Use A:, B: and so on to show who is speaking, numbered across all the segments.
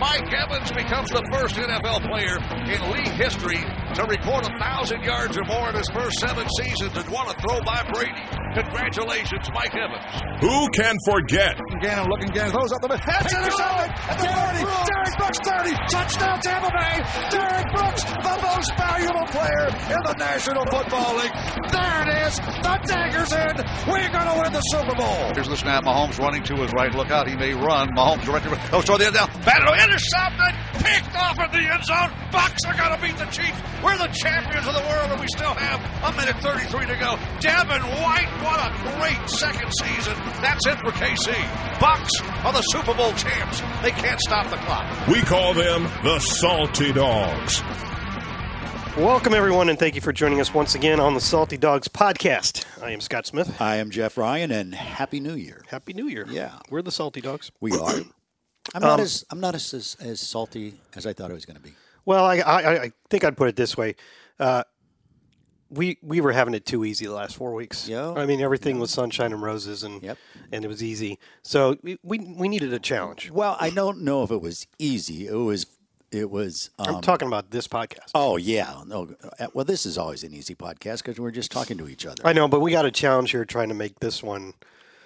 A: Mike Evans becomes the first NFL player in league history to record a thousand yards or more in his first seven seasons and want to throw by Brady. Congratulations, Mike Evans.
B: who can forget?
A: Gannon looking Gannon throws up the middle. That's intercepted at the 30. Derek Brooks 30. Touchdown Tampa Bay. Derek Brooks, the most valuable player in the National Football League. There it is. The dagger's in. We're going to win the Super Bowl. Here's the snap. Mahomes running to his right. Look out. He may run. Mahomes directed. Oh, throw the end down. Battle intercepted. Picked off in the end zone. Bucks are going to beat the Chiefs. We're the champions of the world, and we still have a minute 33 to go. Devin White, what a great second season. That's it for KC. Bucks are the Super Bowl champs. They can't stop the clock.
B: We call them the Salty Dogs.
C: Welcome, everyone, and thank you for joining us once again on the Salty Dogs podcast. I am Scott Smith.
D: I am Jeff Ryan, and Happy New Year.
C: Happy New Year.
D: Yeah.
C: We're the Salty Dogs.
D: We are. I'm not as I'm not as, as as salty as I thought it was going to be.
C: Well, I, I, I- I think I'd put it this way. Uh, we we were having it too easy the last four weeks.
D: Yeah.
C: I mean, everything was sunshine and roses, and
D: Yep.
C: and it was easy. So we, we, we needed a challenge.
D: Well, I don't know if it was easy. It was. It was. Um,
C: I'm talking about this podcast.
D: oh yeah. No. uh, Well, this is always an easy podcast because we're just talking to each other.
C: I know, but we got a challenge here trying to make this one.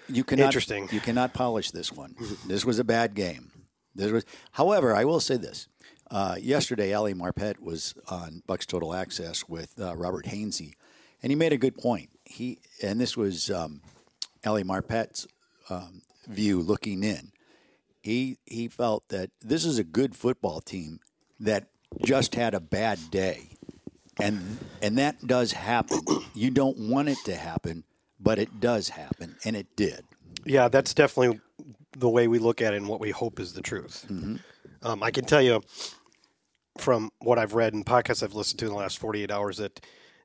D: you cannot.
C: Interesting.
D: You cannot polish this one. this was a bad game. This was. However, I will say this. Uh, yesterday, Ali Marpet was on Bucks Total Access with uh, Robert Hainsey, and he made a good point. He and this was um, Ali Marpet's um, view looking in. he he felt that this is a good football team that just had a bad day, and and that does happen. You don't want it to happen, but it does happen, and it did.
C: Yeah, that's definitely the way we look at it and what we hope is the truth.
D: Mm-hmm.
C: Um, I can tell you from what I've read and podcasts I've listened to in the last 48 hours that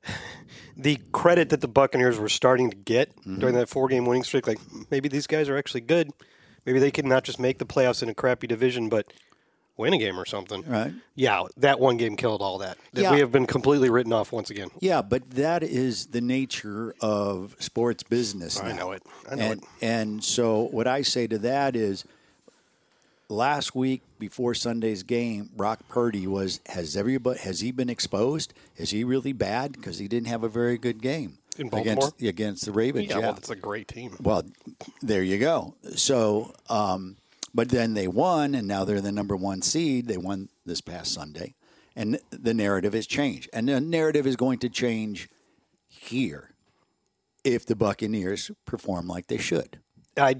C: the credit that the Buccaneers were starting to get
D: Mm-hmm.
C: during that four game winning streak, like maybe these guys are actually good. Maybe they can not just make the playoffs in a crappy division, but win a game or something.
D: Right.
C: Yeah, that one game killed all that. That
D: Yeah.
C: We have been completely written off once again.
D: Yeah, but that is the nature of sports business.
C: I
D: now.
C: know it. I know
D: and,
C: it.
D: And so what I say to that is, last week before Sunday's game, Brock Purdy was has everybody has he been exposed? Is he really bad because he didn't have a very good game
C: In Baltimore?
D: against against the Ravens?
C: Yeah, well, that's a great team.
D: Well, there you go. So, um, but then they won, and now they're the number one seed. They won this past Sunday, and the narrative has changed, and the narrative is going to change here if the Buccaneers perform like they should.
C: I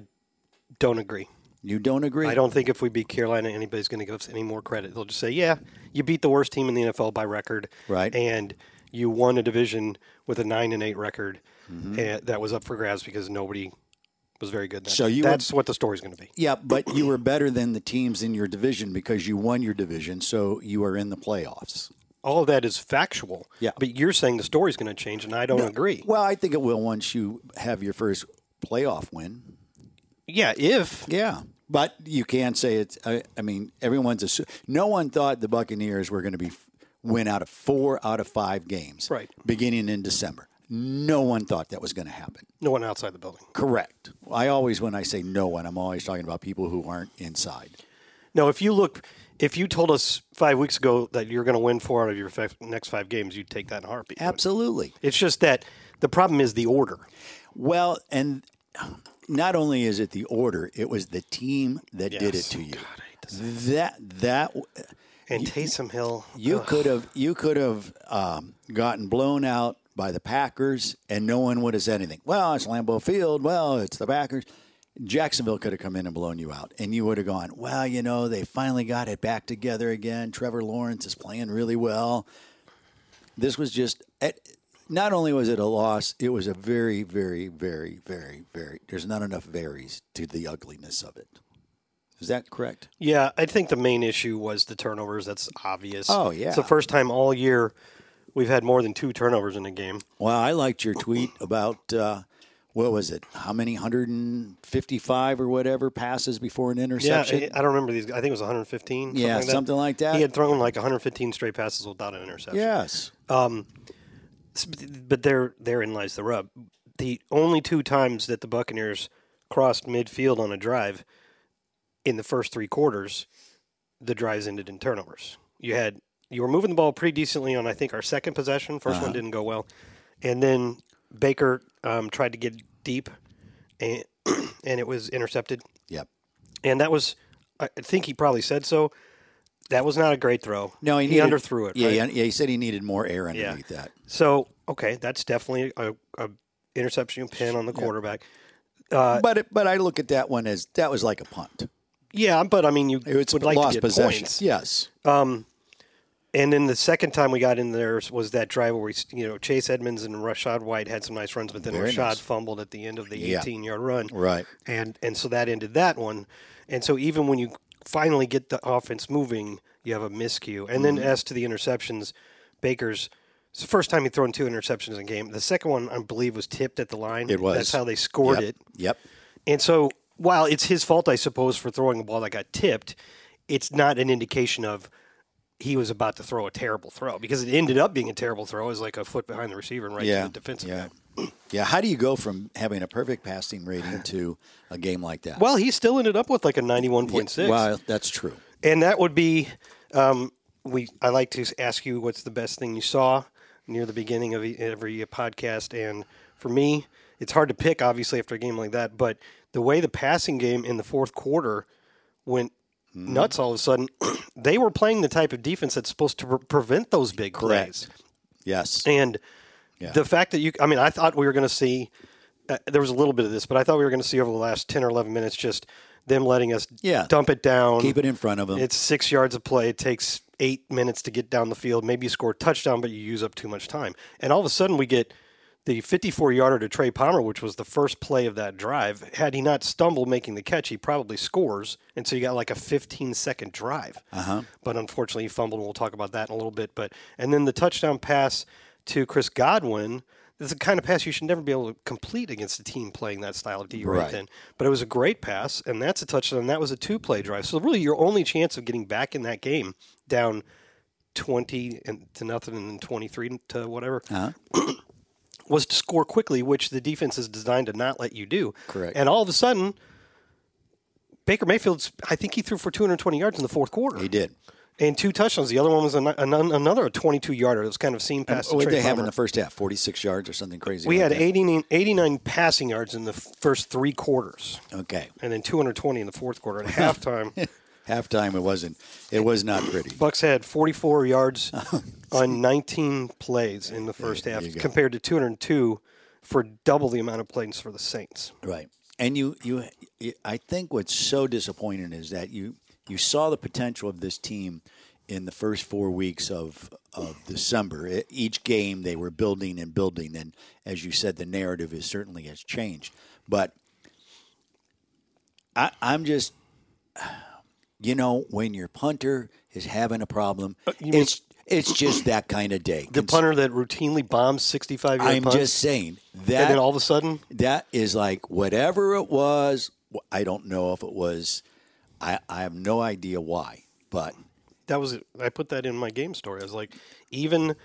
C: don't agree.
D: You don't agree?
C: I don't think if we beat Carolina, anybody's going to give us any more credit. They'll just say, "Yeah, you beat the worst team in the NFL by record,
D: Right.
C: And you won a division with a nine and eight record
D: Mm-hmm.
C: and that was up for grabs because nobody was very good." That
D: So
C: day.
D: you were-
C: that's what the story's going to be.
D: Yeah, but you were better than the teams in your division because you won your division, so you are in the playoffs.
C: All of that is factual.
D: Yeah.
C: but you're saying the story's going to change, and I don't agree.
D: Well, I think it will once you have your first playoff win.
C: yeah, if
D: Yeah, but you can't say it's. I, I mean, everyone's assu- no one thought the Buccaneers were going to be win out of four out of five games,
C: Right.
D: Beginning in December, no one thought that was going to happen.
C: no one outside the building.
D: Correct. I always, when I say no one, I'm always talking about people who aren't inside.
C: No, if you look, if you told us five weeks ago that you're going to win four out of your five, next five games, you'd take that in a heartbeat.
D: Absolutely.
C: It's just that the problem is the order.
D: Well, and not only is it the order, it was the team that did it
C: Yes.
D: to you.
C: God, I hate this.
D: That that
C: And Taysom Hill.
D: You
C: ugh.
D: could have you could have um, gotten blown out by the Packers, and no one would have said anything. Well, it's Lambeau Field. Well, it's the Packers. Jacksonville could have come in and blown you out, and you would have gone. Well, you know they finally got it back together again. Trevor Lawrence is playing really well. This was just. It, not only was it a loss, it was a very, very, very, very, very. There's not enough varies to the ugliness of it. Is that correct?
C: Yeah, I think the main issue was the turnovers. That's obvious.
D: Oh, yeah.
C: It's the first time all year we've had more than two turnovers in a game.
D: Well, I liked your tweet about uh, what was it? How many 155 or whatever passes before an
C: Yeah,
D: interception?
C: I, I don't remember these. I think it was 115.
D: Yeah,
C: like that.
D: something like that.
C: He had thrown like 115 straight passes without an interception.
D: yes.
C: S- But there, therein lies the rub. The only two times that the Buccaneers crossed midfield on a drive in the first three quarters, the drives ended in turnovers. You had you were moving the ball pretty decently on I think our second possession. 1st
D: Uh-huh.
C: one didn't go well, and then Baker um, tried to get deep, and and it was intercepted.
D: Yep.
C: And that was, I think he probably said so. That was not a great throw.
D: No, he,
C: he
D: needed-
C: underthrew it.
D: Yeah,
C: right?
D: yeah, yeah, he said he needed more air underneath that.
C: So okay, that's definitely a, a interception pin on the quarterback. Uh,
D: but it, but I look at that one as that was like a punt.
C: Yeah, but I mean, you
D: It's
C: would like to
D: lost
C: get
D: possession.
C: points.
D: Yes.
C: And then the second time we got in there was that drive where we, you know, Chase Edmonds and Rashad White had some nice runs, but then
D: Very
C: Rashad
D: nice.
C: fumbled at the end of the
D: Yeah.
C: 18-yard run.
D: Right.
C: and and so that ended that one. And so even when you finally get the offense moving, you have a miscue. And
D: Mm-hmm.
C: then as to the interceptions, Baker's it's the first time he'd thrown two interceptions in a game. The second one, I believe, was tipped at the line.
D: It was.
C: That's how they scored
D: Yep.
C: it.
D: Yep.
C: And so while it's his fault, I suppose, for throwing a ball that got tipped, it's not an indication of he was about to throw a terrible throw because it ended up being a terrible throw. It was like a foot behind the receiver and right
D: yeah.
C: to the defensive
D: yeah.
C: back.
D: Yeah. How do you go from having a perfect passing rating to a game like that?
C: Well, he still ended up with like a 91.6.
D: Well, that's true.
C: And that would be, um, we. I like to ask you what's the best thing you saw near the beginning of e- every podcast. And for me, it's hard to pick, obviously, after a game like that. But the way the passing game in the fourth quarter went
D: Mm-hmm.
C: nuts all of a sudden, they were playing the type of defense that's supposed to pre- prevent those big plays.
D: Yes.
C: And the fact that you, I mean, I thought we were going to see, uh, there was a little bit of this, but I thought we were going to see over the last 10 or 11 minutes just them letting us
D: Yeah.
C: dump it down.
D: Keep it in front of him.
C: It's six yards of play. It takes eight minutes to get down the field. Maybe you score a touchdown, but you use up too much time. And all of a sudden, we get the 54 yarder to Trey Palmer, which was the first play of that drive. Had he not stumbled making the catch, he probably scores. And so you got like a 15 second drive. Uh-huh. But unfortunately, he fumbled. and We'll talk about that in a little bit. But and then the touchdown pass to Chris Godwin. This is the kind of pass you should never be able to complete against a team playing that style of D right,
D: Right.
C: then but it was a great pass, and that's a touchdown. and That was a two play drive. So really, your only chance of getting back in that game, down twenty and to nothing, and then twenty three to whatever,
D: Uh-huh.
C: was to score quickly, which the defense is designed to not let you do.
D: Correct.
C: And all of a sudden, Baker Mayfield's. I think he threw for two hundred twenty yards in the fourth quarter.
D: he did.
C: and two touchdowns. The other one was an, an, another twenty two yarder. It was kind of seam pass. to
D: uh, What did
C: Trey
D: they have
C: Palmer.
D: in the first half? Forty-six yards or something crazy.
C: we
D: like
C: had
D: that?
C: 89, 89 passing yards in the first three quarters.
D: Okay.
C: and then 220 in the fourth quarter at halftime.
D: Halftime. It wasn't. It was not pretty.
C: Bucks had 44 yards on 19 plays in the first half,
D: Oh, you go.
C: compared to 202 for double the amount of plays for the Saints.
D: Right. And you, you, I think what's so disappointing is that you, you saw the potential of this team in the first four weeks of, of December. E- Each game they were building and building. And as you said, the narrative is certainly has changed. But I, I'm just, you know, when your punter is having a problem,
C: Uh, mean-
D: it's, it's just that kind of day.
C: The punter that routinely bombs 65 yard
D: I'm
C: punts,
D: just saying that
C: and then all of a sudden,
D: that is like whatever it was. wh- I don't know if it was. I, I have no idea why, but
C: that was it. I put that in my game story. I was like, even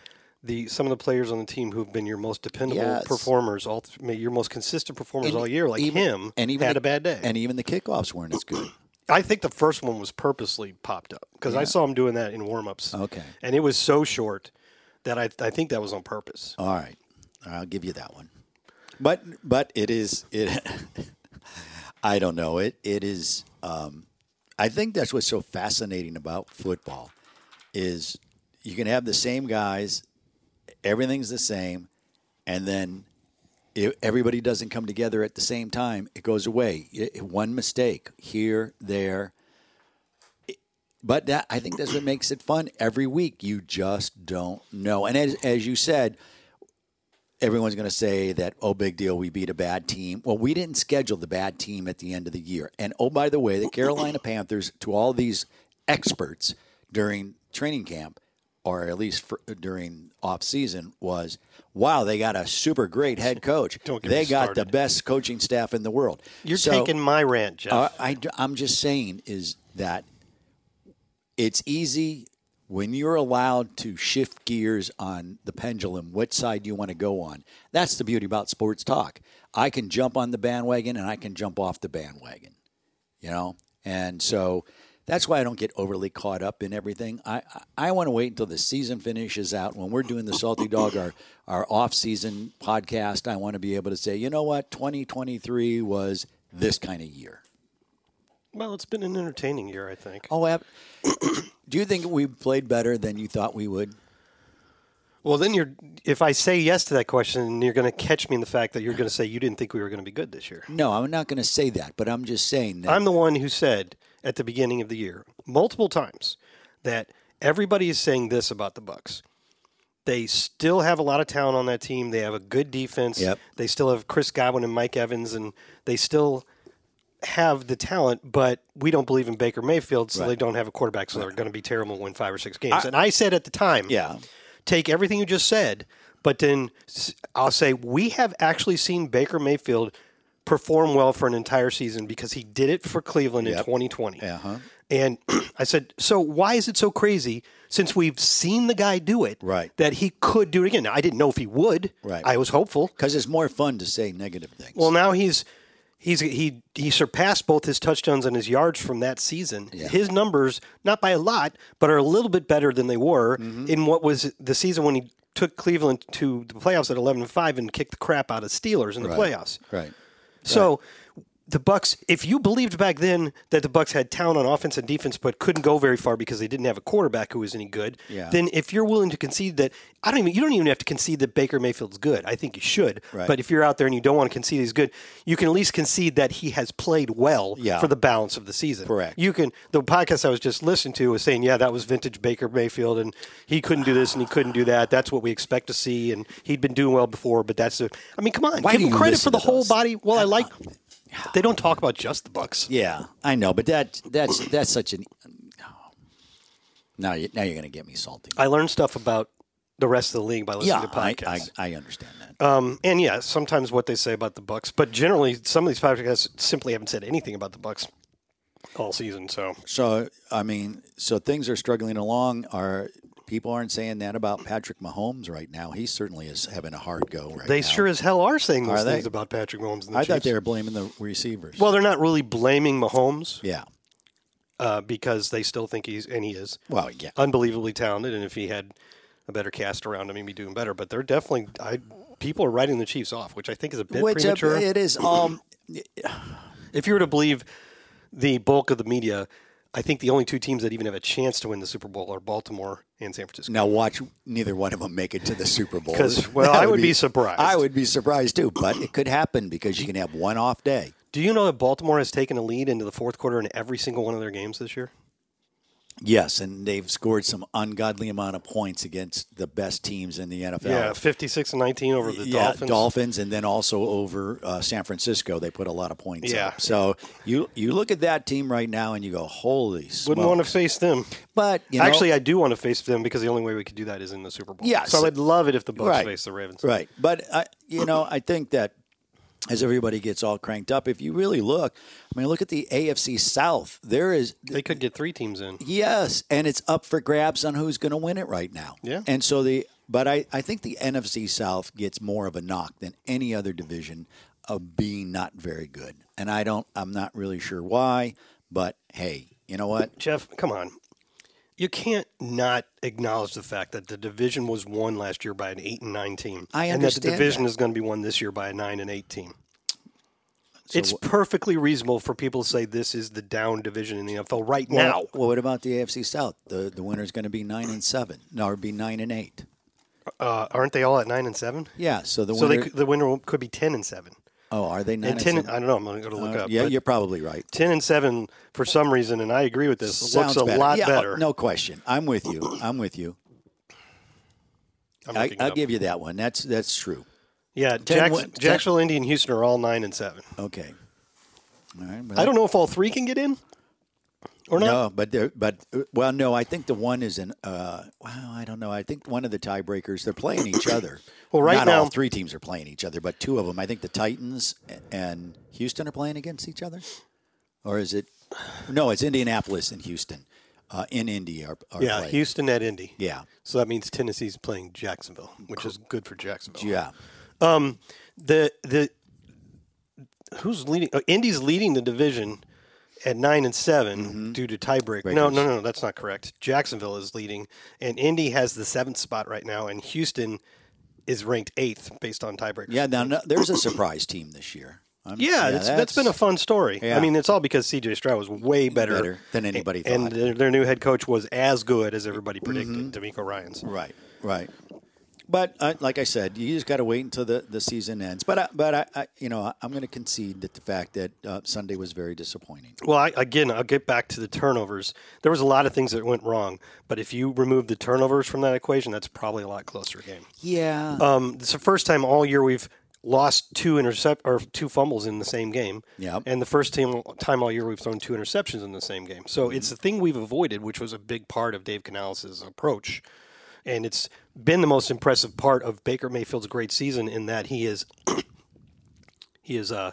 C: the some of the players on the team who've been your most dependable
D: Yes.
C: performers, all th- your most consistent performers
D: And
C: all year, like him, had
D: the-
C: a bad day.
D: and even the kickoffs weren't as good.
C: I think the first one was purposely popped up because I saw him doing that in warm-ups.
D: Okay.
C: And it was so short that I, I think that was on purpose.
D: All right, I'll give you that one. But but it is it. I don't know it. It is. Um, I think that's what's so fascinating about football is you can have the same guys, everything's the same, and then if everybody doesn't come together at the same time, it goes away. I- I- one mistake here, there. It- But that, I think that's what makes it fun every week. You just don't know. And as, as you said, everyone's going to say that oh big deal we beat a bad team well we didn't schedule the bad team at the end of the year and oh by the way the carolina panthers to all these experts during training camp or at least for, during off season was wow they got a super great head coach
C: Don't get me
D: they got the
C: started.
D: best coaching staff in the world
C: You're
D: So-
C: taking my rant, Jeff.
D: uh, I, am just saying is that it's easy when you're allowed to shift gears on the pendulum, which side you want to go on. That's the beauty about sports talk. I can jump on the bandwagon and I can jump off the bandwagon, you know? And so that's why I don't get overly caught up in everything. I, I, I want to wait until the season finishes out. When we're doing the Salty Dog, our, our off season podcast, I want to be able to say, you know what, 2023 was this kind of year.
C: well, it's been an entertaining year, I think.
D: Oh, ab- do you think we played better than you thought we would?
C: Well, then you're. If I say yes to that question, you're going to catch me in the fact that you're going to say you didn't think we were going to be good this year.
D: No, I'm not going to say that, but I'm just saying that.
C: I'm the one who said at the beginning of the year multiple times that everybody is saying this about the Bucks. They still have a lot of talent on that team. They have a good defense.
D: Yep.
C: They still have Chris Godwin and Mike Evans, and they still have the talent. But we don't believe in Baker Mayfield, so they don't have a quarterback. So they're going to be terrible. Win five or six games. and I said at the time,
D: yeah,
C: take everything you just said, but then s- I'll say we have actually seen Baker Mayfield perform well for an entire season because he did it for Cleveland in 2020.
D: Uh-huh.
C: And I said, so why is it so crazy since we've seen the guy do it
D: Right.
C: that he could do it again? Now, I didn't know if he would.
D: Right.
C: I was hopeful.
D: because it's more fun to say negative things.
C: Well, now he's he's he he surpassed both his touchdowns and his yards from that season. His numbers, not by a lot, but are a little bit better than they were in what was the season when he took Cleveland to the playoffs at 11 and 5 and kicked the crap out of Steelers in the playoffs.
D: right.
C: So the Bucks, if you believed back then that the Bucks had talent on offense and defense, but couldn't go very far because they didn't have a quarterback who was any good,
D: Yeah.
C: then if you're willing to concede that, I don't even you don't even have to concede that Baker Mayfield's good. I think you should.
D: Right.
C: But if you're out there and you don't want to concede he's good, you can at least concede that he has played well
D: Yeah.
C: for the balance of the season.
D: Correct.
C: You can. The podcast I was just listening to was saying, yeah, that was vintage Baker Mayfield, and he couldn't do this and he couldn't do that. That's what we expect to see, and he'd been doing well before, but that's. A, I mean, come on,
D: Why
C: give
D: do
C: him
D: you
C: credit
D: listen
C: for the
D: to
C: whole
D: those?
C: body. Well, I like. They don't talk about just the Bucks.
D: Yeah, I know, but that that's that's such an. oh. Now, you, now you're going to get me salty.
C: I learned stuff about the rest of the league by listening
D: yeah,
C: to
D: I,
C: podcasts.
D: I, I understand that.
C: Um, and yeah, sometimes what they say about the Bucks, but generally, some of these podcasts simply haven't said anything about the Bucks all season. So
D: So I mean, so things are struggling along. Are people aren't saying that about Patrick Mahomes right now? He certainly is having a hard go right
C: they
D: now.
C: sure as hell are saying those
D: Are they?
C: things about Patrick Mahomes. And the
D: I thought
C: Chiefs.
D: they were blaming the receivers.
C: Well, they're not really blaming Mahomes
D: yeah.
C: uh, because they still think he's and he is
D: Well, yeah.
C: unbelievably talented. And if he had a better cast around him, he'd be doing better. But they're definitely I, people are writing the Chiefs off, which I think is a bit
D: Which uh,
C: premature.
D: it is um, all
C: if you were to believe the bulk of the media, I think the only two teams that even have a chance to win the Super Bowl are Baltimore and San Francisco.
D: Now watch neither one of them make it to the Super Bowl.
C: 'Cause, well,
D: That
C: I would be surprised.
D: I would be surprised too, but it could happen because you can have one off day.
C: Do you know that Baltimore has taken a lead into the fourth quarter in every single one of their games this year?
D: Yes, and they've scored some ungodly amount of points against the best teams in the NFL.
C: Yeah, fifty-six and nineteen over the
D: Yeah,
C: Dolphins.
D: and then also over uh, San Francisco, they put a lot of points.
C: Yeah.
D: up. so you you look at that team right now and you go, "Holy smokes!"
C: Wouldn't want to face them.
D: but you know,
C: Actually, I do want to face them because the only way we could do that is in the Super Bowl.
D: Yeah,
C: So
D: so-
C: I'd love it if the Bucks
D: Right.
C: face the Ravens.
D: Right. But, I, you know, I think that as everybody gets all cranked up, if you really look, I mean, look at the AFC South. There is,
C: They could get three teams in.
D: yes, and it's up for grabs on who's going to win it right now.
C: Yeah.
D: And so the, but I, I think the NFC South gets more of a knock than any other division of being not very good. And I don't, I'm not really sure why, but hey, you know what?
C: Jeff, come on. You can't not acknowledge the fact that the division was won last year by an eight and nine team.
D: I
C: And that the
D: understand
C: division
D: that.
C: is going to be won this year by a nine and eight team.
D: So
C: it's perfectly reasonable for people to say this is the down division in the NFL right now.
D: Well, what about the AFC South? The the winner's going to be nine and seven. No, it'd be nine and eight.
C: Uh, aren't they all at nine and seven?
D: Yeah. So the
C: So they,
D: winner.
C: could- the winner could be ten and seven.
D: Oh, are they nine
C: And ten,
D: seven?
C: I don't know. I'm going to go look
D: Uh,
C: up.
D: yeah,
C: but
D: you're probably right.
C: ten and seven for some reason, and I agree with this. looks a lot
D: Yeah, oh,
C: better. uh,
D: No question. I'm with you. I'm with you.
C: I'm
D: I,
C: looking it
D: I'll
C: up.
D: give you that one. That's that's true.
C: Yeah,
D: Ten
C: Jacks-
D: win- ten-
C: Jacksonville, Indy, and Houston are all nine and seven.
D: Okay. All right. well,
C: I don't know if all three can get in or not.
D: No, but they're but uh, well, no. I think the one is an. Uh, well, I don't know. I think one of the tiebreakers they're playing each other.
C: Well, right
D: Not all
C: now-
D: three teams are playing each other, but two of them. I think the Titans and Houston are playing against each other, or is it? No, it's Indianapolis and Houston. Uh, in Indy are, are
C: yeah,
D: playing.
C: Houston at Indy.
D: Yeah,
C: So that means Tennessee's playing Jacksonville, which is good for Jacksonville. Um,
D: yeah.
C: The the who's leading? Oh, Indy's leading the division at nine and 7
D: Mm-hmm.
C: due to tiebreak. No, no, no, no, that's not correct. Jacksonville is leading, and Indy has the seventh spot right now, and Houston is ranked eighth based on tiebreakers.
D: Yeah, now no, there's a surprise team this year. I'm-
C: Yeah, it's, that's been a fun story.
D: Yeah.
C: I mean, it's all because CJ Stroud was way better,
D: Better than anybody
C: and
D: thought. Mm-hmm.
C: their, their new head coach was as good as everybody predicted, D'Amico Ryan's.
D: Right, right. But uh, like I said, you just got to wait until the, the season ends. But I, but I, I you know I, I'm going to concede that the fact that uh, Sunday was very disappointing.
C: Well, I, again, I'll get back to the turnovers. There was a lot of things that went wrong, but if you remove the turnovers from that equation, that's probably a lot closer game.
D: Yeah,
C: Um, it's the first time all year we've lost two intercept or two fumbles in the same game.
D: Yep.
C: And the first time, time all year we've thrown two interceptions in the same game. So
D: Mm-hmm.
C: it's the thing we've avoided, which was a big part of Dave Canales' approach. And it's been the most impressive part of Baker Mayfield's great season in that he is he is uh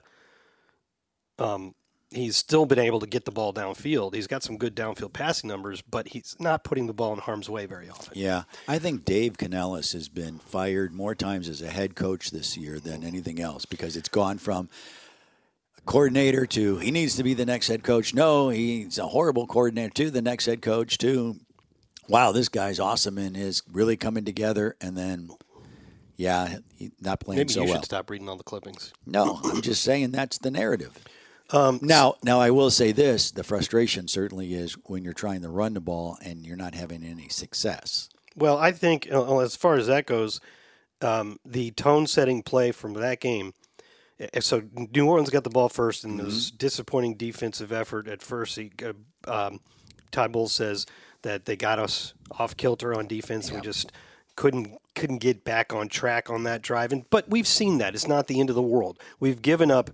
C: um he's still been able to get the ball downfield. He's got some good downfield passing numbers, but he's not putting the ball in harm's way very often.
D: yeah. I think Dave Canales has been fired more times as a head coach this year than anything else because it's gone from coordinator to he needs to be the next head coach. No, he's a horrible coordinator to the next head coach to wow, this guy's awesome and is really coming together. And then, yeah, he not playing
C: Maybe
D: so
C: you
D: well.
C: should stop reading all the clippings.
D: No, I'm just saying that's the narrative.
C: Um,
D: now, now I will say this: the frustration certainly is when you're trying to run the ball and you're not having any success.
C: Well, I think uh, well, as far as that goes, um, the tone-setting play from that game. uh, So New Orleans got the ball first, and it was disappointing defensive effort at first. He, uh, um, Todd Bowles says that they got us off kilter on defense, and we just couldn't couldn't get back on track on that drive. And but we've seen that it's not the end of the world. We've given up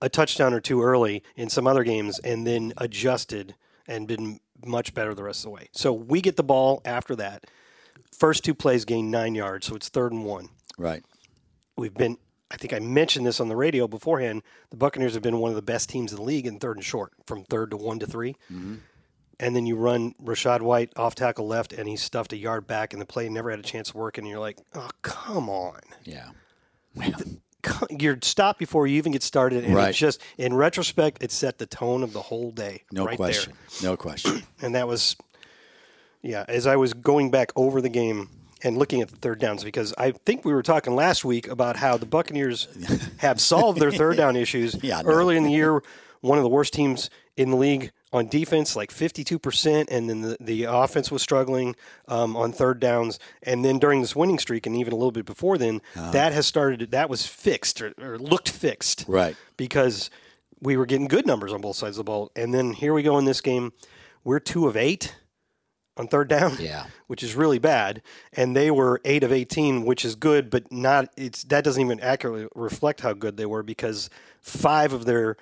C: a touchdown or two early in some other games and then adjusted and been much better the rest of the way. So we get the ball after that. First two plays gain nine yards, so it's third and one.
D: Right.
C: We've been, I think I mentioned this on the radio beforehand. The Buccaneers have been one of the best teams in the league in third and short, from third to one to 3
D: Mm-hmm.
C: And then you run Rashad White off tackle left, and he stuffed a yard back, and the play never had a chance to work. And you're like, oh, come on
D: Yeah. Well,
C: you're stopped before you even get started and
D: Right.
C: it just in retrospect it set the tone of the whole day
D: no
C: right
D: question. No question.
C: there and that was yeah as i was going back over the game and looking at the third downs because i think we were talking last week about how the buccaneers have solved their third down issues
D: Yeah, I know.
C: early in the year one of the worst teams in the league on defense like 52% and then the, the offense was struggling um, on third downs and then during this winning streak and even a little bit before then
D: Uh-huh.
C: that has started that was fixed or, or looked fixed
D: Right.
C: because we were getting good numbers on both sides of the ball. And then here we go in this game. We're two of eight on third down,
D: Yeah.
C: which is really bad. And they were eight of 18, which is good, but not, it's, that doesn't even accurately reflect how good they were because five of their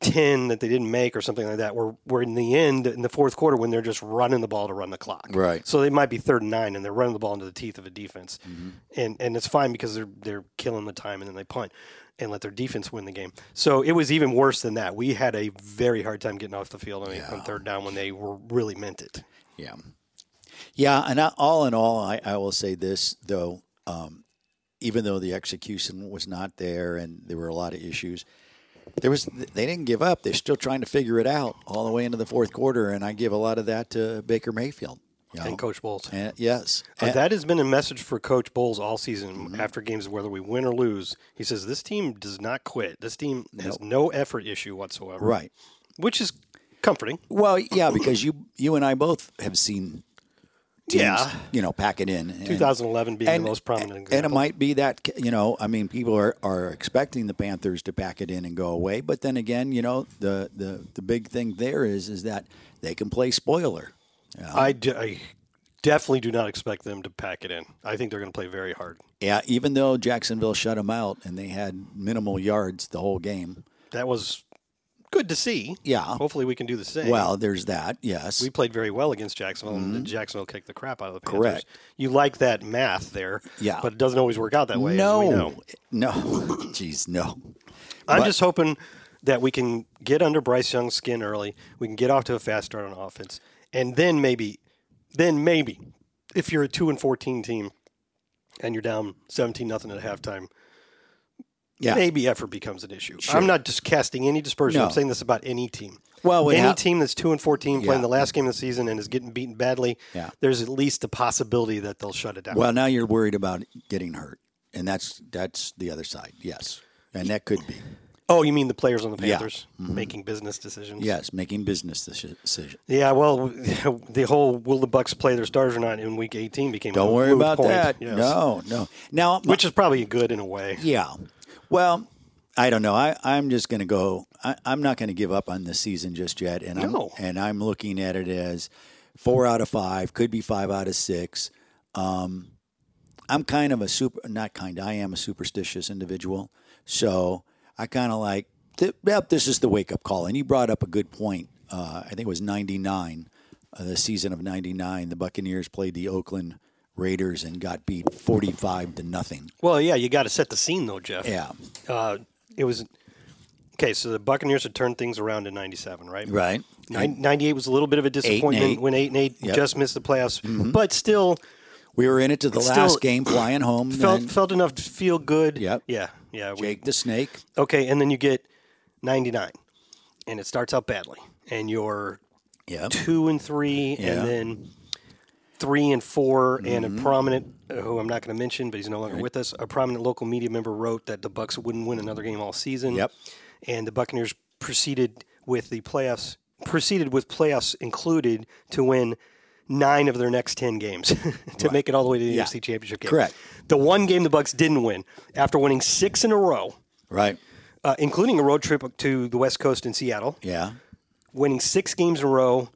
C: 10 that they didn't make or something like that were, were in the end in the fourth quarter when they're just running the ball to run the clock.
D: Right.
C: So they might be third and nine, and they're running the ball into the teeth of a defense,
D: Mm-hmm.
C: and and it's fine because they're they're killing the time, and then they punt and let their defense win the game. So it was even worse than that. We had a very hard time getting off the field on, on third down when they were really meant it.
D: Yeah. Yeah. And I, all in all, I, I will say this, though, um, even though the execution was not there and there were a lot of issues, there was they didn't give up. They're still trying to figure it out all the way into the fourth quarter. And I give a lot of that to Baker Mayfield. you know.
C: And Coach Bowles,
D: Oh. And- Mm-hmm. yes.
C: Uh, that has been a message for Coach Bowles all season. After games, whether we win or lose, he says this team does not quit. This team has no effort issue whatsoever.
D: Right.
C: which is comforting.
D: Well, yeah, because you you and I both have seen teams,
C: Yeah.
D: you know, pack it in. and-
C: 2011 being
D: and-
C: the most prominent
D: And it
C: example.
D: might be that you know, I mean, people are, are expecting the Panthers to pack it in and go away, but then again, you know, the the the big thing there is is that they can play spoiler.
C: I, d- I definitely do not expect them to pack it in. I think they're going to play very hard.
D: Yeah, even though Jacksonville shut them out and they had minimal yards the whole game.
C: That was good to see.
D: Yeah.
C: Hopefully, we can do the same.
D: Well, there's that. Yes.
C: we played very well against Jacksonville, and then Jacksonville kicked the crap out of the Panthers.
D: Correct.
C: You like that math there,
D: Yeah.
C: but it doesn't always work out that way. as we know.
D: no. No. Jeez, no.
C: I'm
D: But-
C: just hoping that we can get under Bryce Young's skin early. We can get off to a fast start on offense, and then maybe, then maybe, if you're a two and fourteen team, and you're down seventeen nothing at halftime,
D: Yeah.
C: maybe effort becomes an issue. I'm not just casting any dispersion. I'm
D: No.
C: saying this about any team.
D: Well, what
C: any
D: hap-
C: team that's two and fourteen
D: Yeah.
C: playing the last game of the season and is getting beaten badly,
D: Yeah.
C: there's at least a possibility that they'll shut it down.
D: Well, now you're worried about getting hurt, and that's that's the other side. Yes, and that could be
C: oh, you mean the players on the
D: Yeah. Mm-hmm.
C: Panthers making business decisions?
D: yes, making business deci- decision.
C: Yeah, well, the whole will the Bucks play their stars or not in Week 18 became a
D: Don't worry
C: moot
D: about
C: point.
D: that.
C: Yes.
D: No, no. Now, my-
C: which is probably good in a way.
D: yeah. Well, I don't know. I I'm just going to go. I, I'm not going to give up on this season just yet, and
C: No.
D: I'm and I'm looking at it as four out of five, could be five out of six. Um, I'm kind of a super, not kind. I am a superstitious individual, so I kind of like. Th- yep, this is the wake up call. And you brought up a good point. Uh, I think it was '99, uh, the season of '99. The Buccaneers played the Oakland Raiders and got beat 45 to nothing.
C: Well, yeah, you got to set the scene though, Jeff.
D: Yeah,
C: Uh, it was okay. So the Buccaneers had turned things around in '97, right?
D: right.
C: Nin- 98 was a little bit of a disappointment
D: eight.
C: when 8 and 8
D: Yep. Mm-hmm.
C: just missed the playoffs, but still
D: We were in it to the
C: Still-
D: last game, flying home.
C: felt
D: then
C: felt enough to feel good.
D: Yep.
C: Yeah. Yeah. we-
D: Jake the Snake.
C: okay, and then you get 99 and it starts out badly and you're
D: Yep.
C: two and three,
D: Yeah. Mm-hmm.
C: and then three and 4 And a prominent, uh, who I'm not going to mention, but he's no longer with us, a prominent local media member wrote that the Bucks wouldn't win another game all season.
D: Yep.
C: And the Buccaneers proceeded with the playoffs, proceeded with playoffs included to win nine of their next ten games to make it all the way to the
D: Yeah.
C: NFC Championship game.
D: Correct.
C: The one game the Bucks didn't win after winning six in a row.
D: Right.
C: Uh, including a road trip to the West Coast in Seattle,
D: Yeah.
C: winning six games in a row,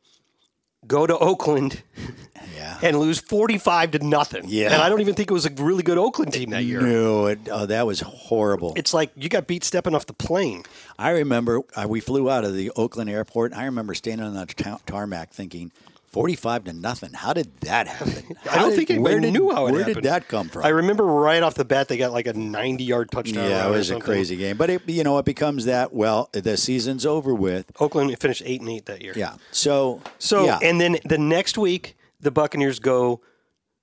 C: go to Oakland
D: Yeah.
C: and lose 45 to nothing.
D: Yeah.
C: And I don't even think it was a really good Oakland team that year.
D: No, it, oh, that was horrible.
C: It's like you got beat stepping off the plane.
D: I remember uh, we flew out of the Oakland airport. And I remember standing on the ta- tarmac thinking, 45 to nothing. How did that happen?
C: I don't
D: did-
C: think anybody
D: where did,
C: knew how it
D: Where did
C: happened.
D: that come from?
C: I remember right off the bat they got like a 90 yard touchdown.
D: yeah,
C: run
D: it
C: or
D: was a
C: something.
D: crazy game. But, it, you know, it becomes that, well, the season's over with.
C: Oakland finished eight and eight that year.
D: Yeah. So,
C: So
D: yeah.
C: and then the next week the Buccaneers go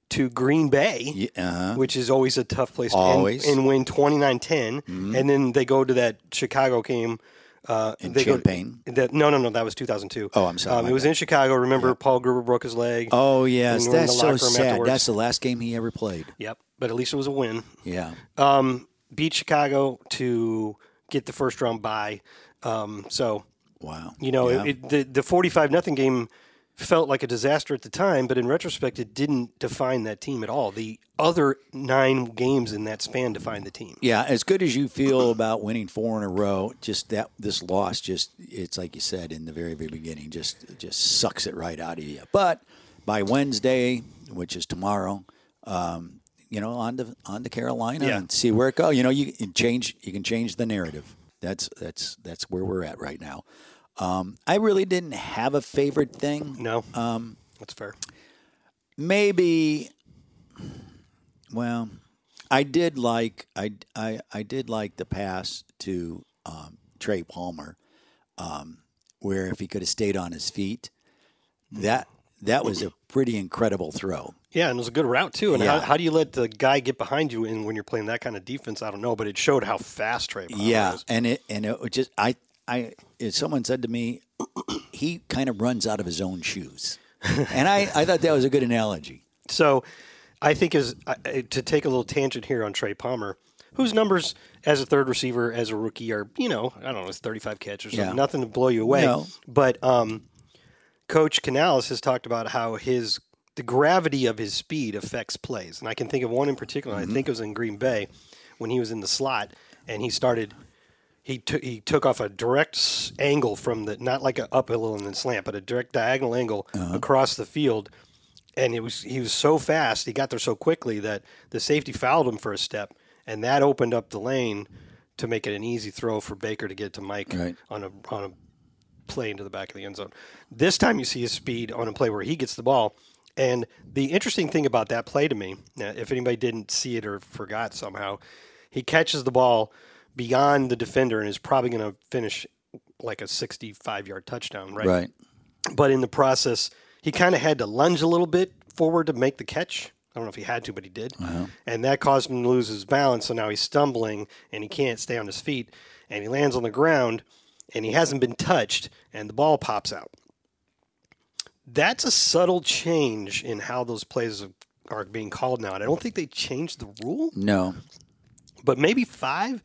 C: to Green Bay,
D: Yeah, uh-huh.
C: which is always a tough place to
D: Always. Mm-hmm.
C: and, and win 29-10. and then they go to that Chicago game. Uh,
D: In
C: they go-
D: Champaign?
C: that, no, no, no. That was 2002.
D: Oh, I'm sorry,
C: Um,
D: my
C: it was in Chicago. Remember, Paul Gruber broke his leg.
D: oh, yes.
C: and we're in
D: That's
C: the
D: so
C: locker room
D: sad.
C: afterwards.
D: That's the last game he ever played.
C: Yep. But at least it was a win.
D: Yeah.
C: Um, beat Chicago to get the first round bye. Um, so
D: Wow.
C: you know,
D: Yeah.
C: it, it, the the forty five nothing game felt like a disaster at the time, but in retrospect, it didn't define that team at all. The other nine games in that span defined the team.
D: Yeah, as good as you feel about winning four in a row, just that this loss just it's like you said in the very very beginning, just it just sucks it right out of you. But by Wednesday, which is tomorrow, um, you know, on to on to Carolina
C: Yeah.
D: and see where it goes. You know, you can change you can change the narrative. That's that's that's where we're at right now. Um, I really didn't have a favorite thing
C: No, um, that's fair.
D: maybe well i did like i i, I did like the pass to um, trey palmer um, where if he could have stayed on his feet
C: Hmm.
D: that that was a pretty incredible throw
C: Yeah, and it was a good route too. And how,
D: Yeah.
C: how do you let the guy get behind you in when you're playing that kind of defense? I don't know, but it showed how fast Trey. Palmer
D: yeah
C: was.
D: and it and it was just i i if someone said to me he kind of runs out of his own shoes and i i thought that was a good analogy
C: So, I think as I- I- to take a little tangent here on Trey Palmer, whose numbers as a third receiver as a rookie are you know I don't know it's thirty five catches or something,
D: Yeah.
C: nothing to blow you away.
D: No.
C: But um, Coach Canales has talked about how his the gravity of his speed affects plays, and I can think of one in particular.
D: Mm-hmm.
C: I think it was in Green Bay when he was in the slot and he started. He, took he took off a direct s- angle from the not like a uphill and then slant, but a direct diagonal angle across the field, and it was he was so fast. He got there so quickly that the safety fouled him for a step, and that opened up the lane to make it an easy throw for Baker to get to Mike
D: Right.
C: on a on a play into the back of the end zone. This time you see his speed on a play where he gets the ball. And the interesting thing about that play to me, now, if anybody didn't see it or forgot somehow, he catches the ball beyond the defender and is probably going to finish like a 65 yard touchdown, right?
D: Right.
C: but in the process, he kind of had to lunge a little bit forward to make the catch. I don't know if he had to, but he did. And that caused him to lose his balance. So now he's stumbling and he can't stay on his feet. And he lands on the ground and he hasn't been touched, and the ball pops out. That's a subtle change in how those plays are being called now. And I don't think they changed the rule
D: No.
C: but maybe five,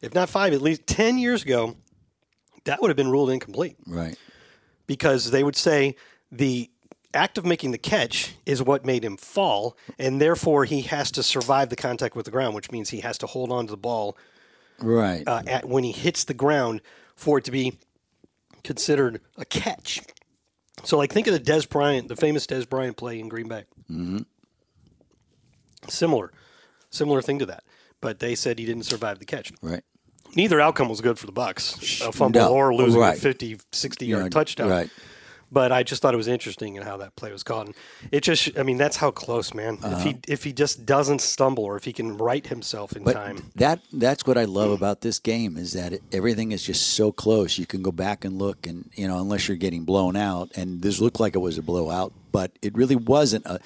C: if not five, at least 10 years ago, that would have been ruled incomplete
D: Right.
C: because they would say the act of making the catch is what made him fall, and therefore he has to survive the contact with the ground, which means he has to hold on to the ball
D: Right.
C: uh, at when he hits the ground for it to be considered a catch. So, like, think of the Des Bryant, the famous Des Bryant play in Green Bay.
D: Mm-hmm.
C: Similar, similar thing to that, but they said he didn't survive the catch
D: right.
C: neither outcome was good for the bucks a fumble
D: no,
C: or losing
D: right.
C: a 50 60 yard
D: Yeah,
C: touchdown
D: right.
C: but i just thought it was interesting in how that play was called and it just i mean that's how close man if he if he just doesn't stumble or if he can right himself in
D: Uh-huh. But
C: time
D: that that's what I love about this game is that it, everything is just so close. You can go back and look, and you know, unless you're getting blown out, and this looked like it was a blowout, but it really wasn't. A,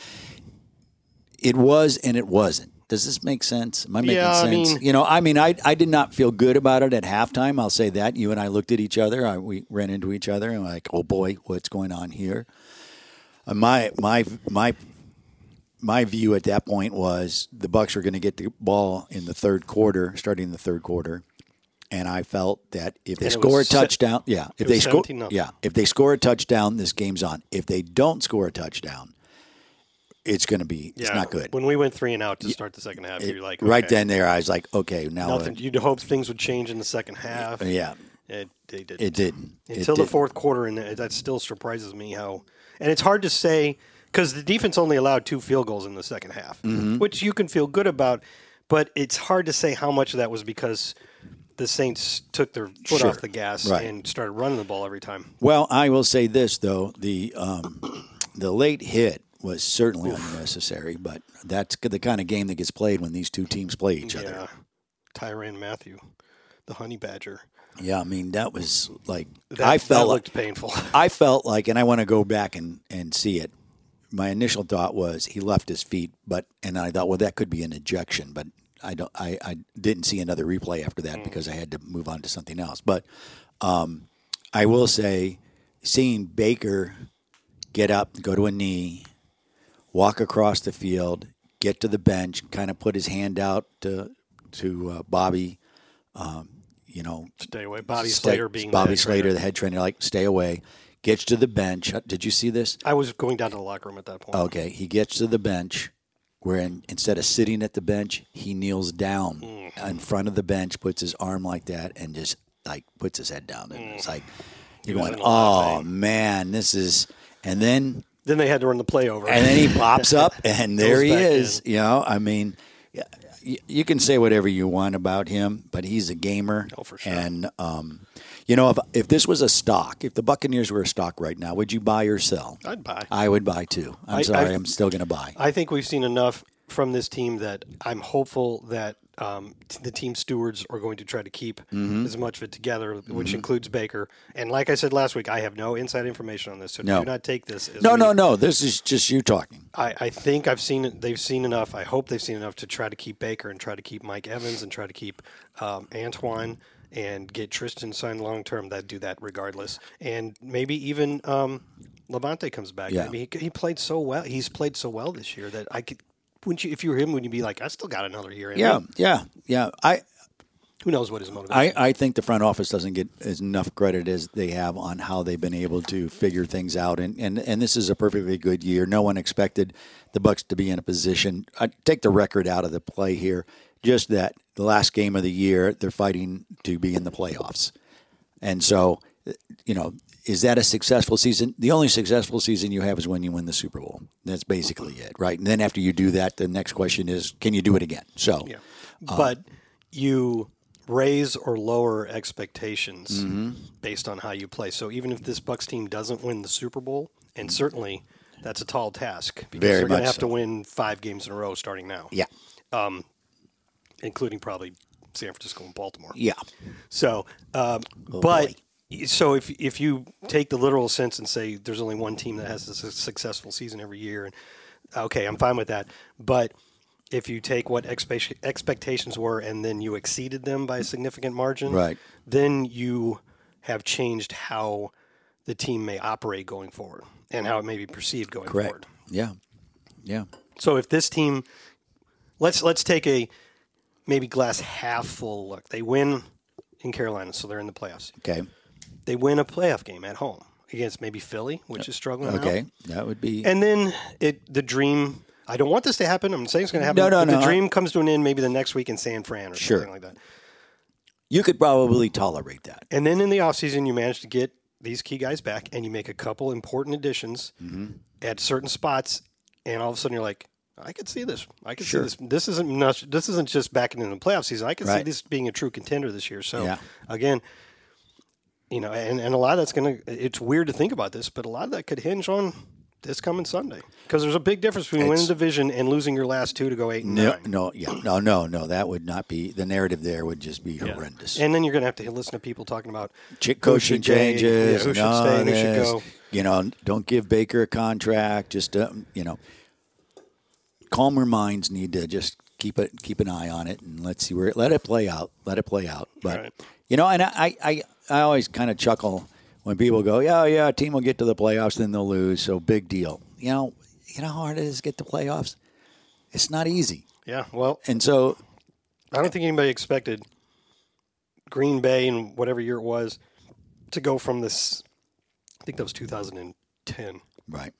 D: it was and it wasn't. Does this make sense? Am I making
C: Yeah, I
D: sense?
C: mean-
D: you know, I mean, I I did not feel good about it at halftime. I'll say that. You and I looked at each other. I, we ran into each other, and like, oh boy, what's going on here? And my my my my view at that point was the Bucks were going to get the ball in the third quarter, starting in the third quarter, and I felt that if they
C: And it
D: score a
C: was se-
D: touchdown, yeah, if they
C: was
D: score,
C: 17-0.
D: yeah, if they score a touchdown, this game's on. If they don't score a touchdown, it's going to be it's not good.
C: when we went three and out to start the second half you're like
D: right
C: okay,
D: then there, I was like, okay, now uh,
C: nothing you'd hope things would change in the second half
D: yeah,
C: it, they did
D: it didn't It
C: until the
D: didn't.
C: fourth quarter, and that that still surprises me how. And it's hard to say because the defense only allowed two field goals in the second half,
D: Mm-hmm.
C: which you can feel good about, but it's hard to say how much of that was because the Saints took their foot
D: Sure.
C: off the gas
D: Right.
C: and started running the ball every time.
D: Well, I will say this though the um, the late hit was certainly unnecessary, but that's the kind of game that gets played when these two teams play each other.
C: Yeah, Tyran Matthew, the Honey Badger,
D: Yeah, I mean that was like
C: that,
D: I felt
C: that
D: like,
C: looked painful.
D: I felt like, and I want to go back and and see it. My initial thought was he left his feet, but and I thought, well, that could be an ejection, but I don't. I, I didn't see another replay after
C: Mm.
D: that because I had to move on to something else. But um, I will say, seeing Baker get up, go to a knee, walk across the field, get to the bench, kind of put his hand out to to uh, Bobby. Um, you know,
C: Stay away, Bobby
D: Stay-
C: Slater being the
D: Bobby
C: head
D: Slater,
C: trainer.
D: the head trainer, like stay away. Gets to the bench. Uh, Did you see this?
C: I was going down to the locker room at that point.
D: Okay, he gets to the bench, where in, instead of sitting at the bench, he kneels down
C: Mm.
D: in front of the bench, puts his arm like that, and just like puts his head down, and it's like you're
C: Mm. was
D: going,
C: in a lot of
D: oh man, this is. And then
C: Then they had to run the play over.
D: and then he pops up, and there he
C: back
D: is. You know, I mean, y- y- you can say whatever you want about him, but he's a gamer.
C: Oh, for sure.
D: And um, you know, if if this was a stock, if the Buccaneers were a stock right now, would you buy or sell?
C: I'd buy.
D: I would buy too. I'm
C: I-
D: sorry,
C: I-
D: i am still going to buy.
C: I think we've seen enough from this team that I'm hopeful that um, t- the team stewards are going to try to keep
D: Mm-hmm.
C: as much of it together, which includes Baker. And like I said last week, I have no inside information on this, so
D: No.
C: do not take this. As
D: no,
C: me-
D: no, no. This is just you talking.
C: I, I think I've seen it- they've seen enough. I hope they've seen enough to try to keep Baker and try to keep Mike Evans and try to keep um, Antoine and get Tristan signed long term. That do that regardless, and maybe even um, Levante comes back.
D: Yeah.
C: I mean, he, he played so well. He's played so well this year that I could. Wouldn't you, if you were him, would you be like, I still got another year? in
D: Yeah,
C: me?
D: yeah, yeah. I
C: Who knows what his motivation?
D: I, I think the front office doesn't get as enough credit as they have on how they've been able to figure things out, and and, and this is a perfectly good year. No one expected the Bucks to be in a position. I take the record out of the play here, just that the last game of the year they're fighting to be in the playoffs, and so you know is that a successful season? The only successful season you have is when you win the Super Bowl. That's basically it, right? And then after you do that, the next question is, can you do it again? So, Uh,
C: but you raise or lower expectations
D: Mm-hmm.
C: based on how you play. So even if this Bucks team doesn't win the Super Bowl, and certainly that's a tall task because
D: Mm-hmm. Very
C: they're going
D: much
C: to have
D: so.
C: to win five games in a row starting now,
D: yeah,
C: including probably San Francisco and Baltimore.
D: yeah,
C: So, um,
D: Oh,
C: but so if if you take the literal sense and say there's only one team that has a su- successful season every year, and okay, I'm fine with that. But if you take what expe- expectations were and then you exceeded them by a significant margin,
D: Right.
C: Then you have changed how the team may operate going forward and how it may be perceived going
D: correct,
C: forward.
D: yeah, yeah,
C: So if this team, let's let's take a maybe glass half full look. They win in Carolina, so they're in the playoffs.
D: okay,
C: They win a playoff game at home against maybe Philly, which is struggling. out.
D: Uh, okay, that would be
C: and then it the dream. I don't want this to happen. I'm saying it's going to happen.
D: No, no,
C: but
D: no.
C: The dream comes to an end maybe the next week in San Fran or
D: Sure.
C: something like that.
D: you could probably tolerate that.
C: And then in the offseason, you manage to get these key guys back and you make a couple important additions
D: Mm-hmm.
C: at certain spots. And all of a sudden, you're like, I could see this. I could
D: Sure.
C: see this. This isn't not, this isn't just backing into the playoff season. I can see
D: Right.
C: this being a true contender this year. So
D: Yeah.
C: again, you know, and, and a lot of that's gonna. It's weird to think about this, but a lot of that could hinge on this coming Sunday because there's a big difference between winning
D: It's-
C: the division and losing your last two to go eight and
D: No,
C: nine.
D: no, yeah, no, no, no. That would not be the narrative. There would just be horrendous.
C: And then you're gonna have to listen to people talking about
D: Chick
C: who
D: coaching
C: should stay,
D: changes.
C: yeah, who should
D: and
C: stay, and who
D: all
C: should
D: this.
C: go.
D: You know, don't give Baker a contract. Just uh, you know, calmer minds need to just keep it, keep an eye on it, and let's see where it. Let it play out. Let it play out. But
C: Right.
D: you know, and I, I, I always kind of chuckle when people go, "Yeah, yeah, a team will get to the playoffs, then they'll lose, so big deal." You know, you know how hard it is to get to playoffs. It's not easy,
C: Yeah, well,
D: and so
C: I don't think anybody expected Green Bay in whatever year it was to go from this. I think that was 2010
D: right,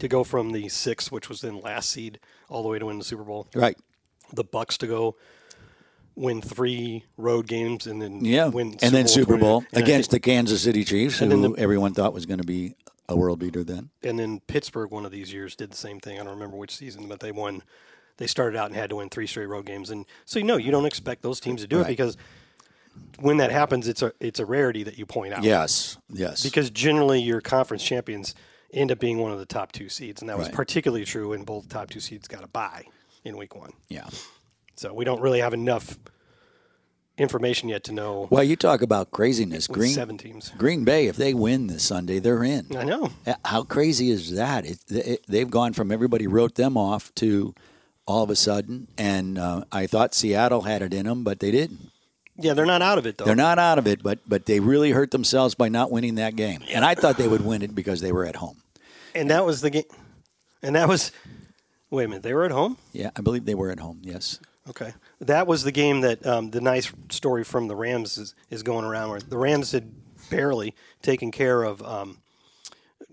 C: to go from the six, which was then last seed, all the way to win the Super Bowl.
D: right,
C: The Bucks to go win three road games and then
D: yeah,
C: win
D: and then Super
C: 28.
D: Bowl
C: And I
D: against
C: think-
D: the Kansas City Chiefs, who
C: And then the-
D: everyone thought was going to be a world beater. Then
C: and then Pittsburgh one of these years did the same thing. I don't remember which season, but they won. They started out and had to win three straight road games, and so you know you don't expect those teams to do
D: Right.
C: it because when that happens, it's a it's a rarity that you point out.
D: yes, yes,
C: because generally your conference champions end up being one of the top two seeds, and that was
D: Right.
C: particularly true when both top two seeds got a bye in week one.
D: yeah.
C: So we don't really have enough information yet to know
D: Well, you talk about craziness.
C: with
D: Green
C: seven teams.
D: Green Bay, if they win this Sunday, they're in.
C: I know.
D: Uh, How crazy is that? It, it, they've gone from everybody wrote them off to all of a sudden, and uh, I thought Seattle had it in them, but they didn't.
C: Yeah, they're not out of it though.
D: They're not out of it, but but they really hurt themselves by not winning that game. And I thought they would win it because they were at home.
C: and that was the game. And that was wait a minute. They were at home.
D: Yeah, I believe they were at home. Yes.
C: Okay, that was the game that um, the nice story from the Rams is, is going around where the Rams had barely taken care of um,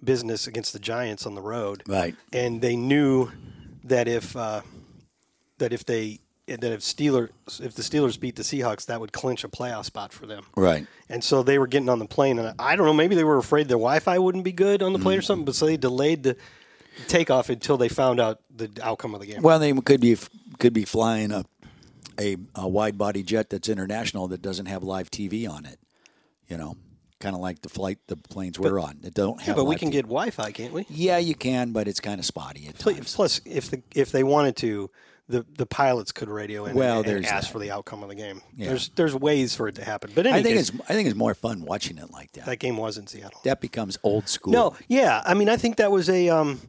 C: business against the Giants on the road,
D: Right.
C: And they knew that if uh, that if they that if Steelers if the Steelers beat the Seahawks, that would clinch a playoff spot for them.
D: Right.
C: And so they were getting on the plane, and I don't know, maybe they were afraid their Wi-Fi wouldn't be good on the plane or
D: Mm.
C: something, but so they delayed the takeoff until they found out the outcome of the game.
D: Well, they could be could be flying a a, a wide body jet that's international that doesn't have live TV on it. You know, kind of like the flight the planes we're on that don't have.
C: yeah, but we
D: live
C: can
D: TV.
C: get Wi-Fi, can't we?
D: Yeah, you can, but it's kind of spotty at
C: Pl-
D: times.
C: Plus, if the if they wanted to, the the pilots could radio in
D: Well,
C: and, and
D: there's
C: ask
D: that.
C: for the outcome of the game. There's there's ways for it to happen. But
D: I
C: anyway,
D: think it's I think it's more fun watching it like that.
C: that game was in Seattle.
D: that becomes old school.
C: No, yeah, I mean, I think that was a um,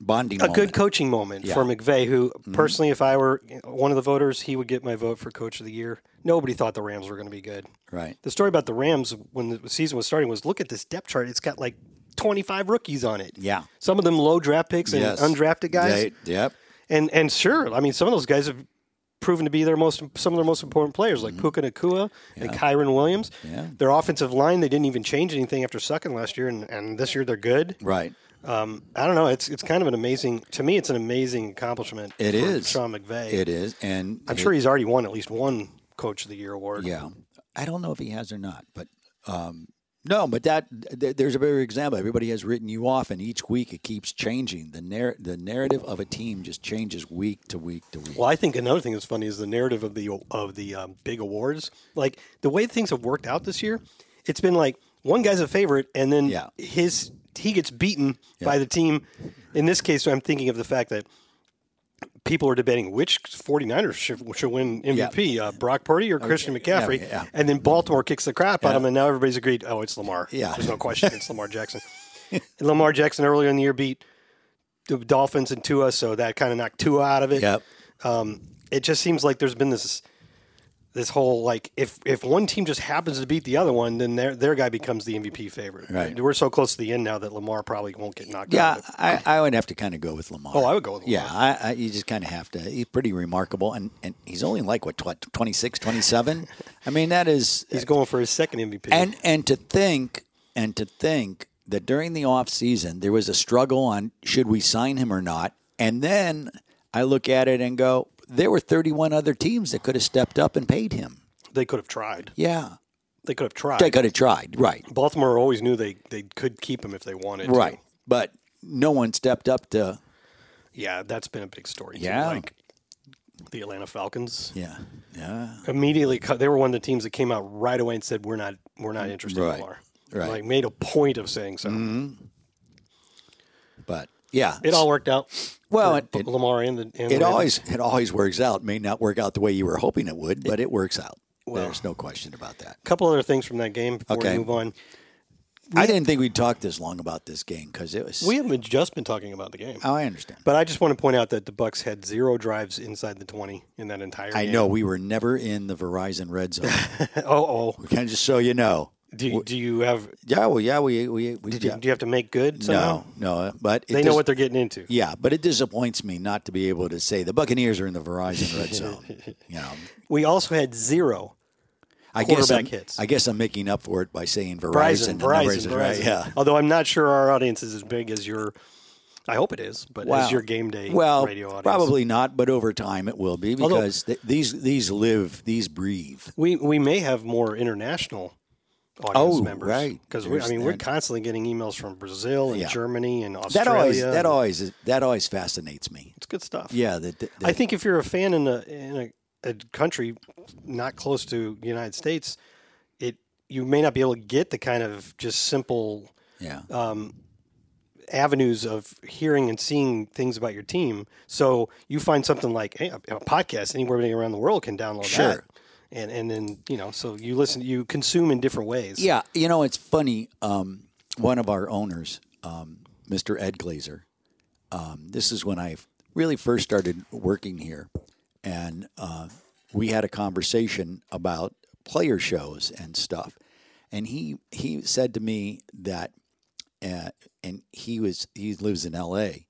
D: bonding.
C: a
D: moment. Mm-hmm.
C: good coaching moment for McVay. Who personally, if I were one of the voters, he would get my vote for coach of the year. Nobody thought the Rams were going to be good.
D: right?
C: The story about the Rams when the season was starting was look at this depth chart. It's got like 25 rookies on it.
D: Yeah.
C: Some of them low draft picks and
D: Yes.
C: undrafted guys.
D: They- yep.
C: And and sure, I mean, some of those guys have proven to be their most some of their most important players, like Puka Nakua and Kyron Williams.
D: Mm-hmm. Yeah.
C: Their offensive line, they didn't even change anything after sucking last year, and, and this year they're good.
D: Right.
C: Um, I don't know. It's it's kind of an amazing to me. It's an amazing accomplishment.
D: It
C: for
D: is.
C: Sean McVay.
D: It is, and
C: I'm
D: it-
C: sure he's already won at least one Coach of the Year award.
D: Yeah, I don't know if he has or not, but um, No, but that th- there's a better example. Everybody has written you off, and each week it keeps changing. The narr- the narrative of a team just changes week to week to week.
C: Well, I think another thing that's funny is the narrative of the of the um, big awards. Like the way things have worked out this year, it's been like one guy's a favorite, and then
D: Yeah.
C: his he gets beaten by the team. In this case, I'm thinking of the fact that people are debating which 49ers should, should win MVP, uh, Brock Purdy or Christian McCaffrey,
D: Oh, yeah, yeah.
C: and then Baltimore kicks the crap out of him, and now everybody's agreed. Oh, it's Lamar.
D: Yeah.
C: there's no question. It's Lamar Jackson. And Lamar Jackson earlier in the year beat the Dolphins and Tua, so that kind of knocked Tua out of it
D: Yep.
C: it just seems like there's been this this whole like if if one team just happens to beat the other one, then their their guy becomes the MVP favorite.
D: Right.
C: We're so close to the end now that Lamar probably won't get knocked out.
D: Yeah,
C: of it.
D: I, I would have to kind of go with Lamar.
C: Oh, I would go with Lamar.
D: Yeah, I, I, you just kind of have to. He's pretty remarkable, and, and he's only like what tw- 26, 27? I mean, that is
C: He's going for his second MVP.
D: and and to think and to think that during the off season there was a struggle on should we sign him or not, and then I look at it and go, there were thirty one other teams that could have stepped up and paid him.
C: they could have tried.
D: Yeah,
C: They could have tried.
D: they could have tried. Right,
C: Baltimore always knew they, they could keep him if they wanted to.
D: right, but no one stepped up to
C: Yeah, that's been a big story. too.
D: Yeah.
C: Like the Atlanta Falcons
D: yeah yeah
C: immediately cut, they were one of the teams that came out right away and said we're not we're not interested in
D: Mm, Right.
C: Lamar.
D: Right. Mm-hmm.
C: Like made a point of saying so.
D: but yeah
C: It all worked out.
D: Well,
C: for
D: it- it-
C: Lamar and the and
D: It
C: Ravens.
D: always it always works out. May not work out the way you were hoping it would, but it works out. There's no question about that.
C: couple other things from that game before
D: Okay.
C: we move on.
D: I didn't think we'd talk this long about this game because it was.
C: We haven't just been talking about the game,
D: oh, I understand.
C: but I just want to point out that the Bucks had zero drives inside the twenty in that entire.
D: I
C: game.
D: know we were never in the Verizon red zone.
C: oh, oh.
D: Can just so you know.
C: Do you, do you have?
D: Yeah, well, yeah, we we, we
C: Do,
D: yeah.
C: do you have to make good? Somehow?
D: no no, but it
C: they know
D: dis-
C: what they're getting into.
D: Yeah, but it disappoints me not to be able to say the Buccaneers are in the Verizon red zone. You know,
C: We also had zero.
D: I guess I'm,
C: Quarterback hits.
D: I guess I'm making up for it by saying Verizon.
C: Verizon,
D: and the
C: Verizon,
D: Verizon, right?
C: Verizon.
D: Yeah.
C: Although I'm not sure our audience is as big as your. I hope it is, but
D: Wow.
C: as your game day
D: well,
C: radio audience,
D: probably not, but over time it will be
C: Although-
D: because th- these these live, these breathe.
C: We we may have more international audience
D: Oh,
C: members,
D: right.
C: Because I
D: There's
C: mean, we're
D: that.
C: constantly getting emails from Brazil and
D: Yeah.
C: Germany and Australia.
D: That always that
C: and
D: always is- that always fascinates me.
C: it's good stuff.
D: Yeah, that that-
C: I think if you're a fan in a in a, a country not close to the United States, it you may not be able to get the kind of just simple
D: yeah.
C: avenues of hearing and seeing things about your team. So you find something like hey, a, a podcast anywhere around the world can download that.
D: Sure.
C: And, and then you know so you listen you consume in different ways
D: Yeah, you know it's funny. Um, one of our owners, um, Mr. Ed Glazer. Um, this is when I really first started working here, and uh, we had a conversation about player shows and stuff. And he he said to me that, uh, and he was he lives in L.A.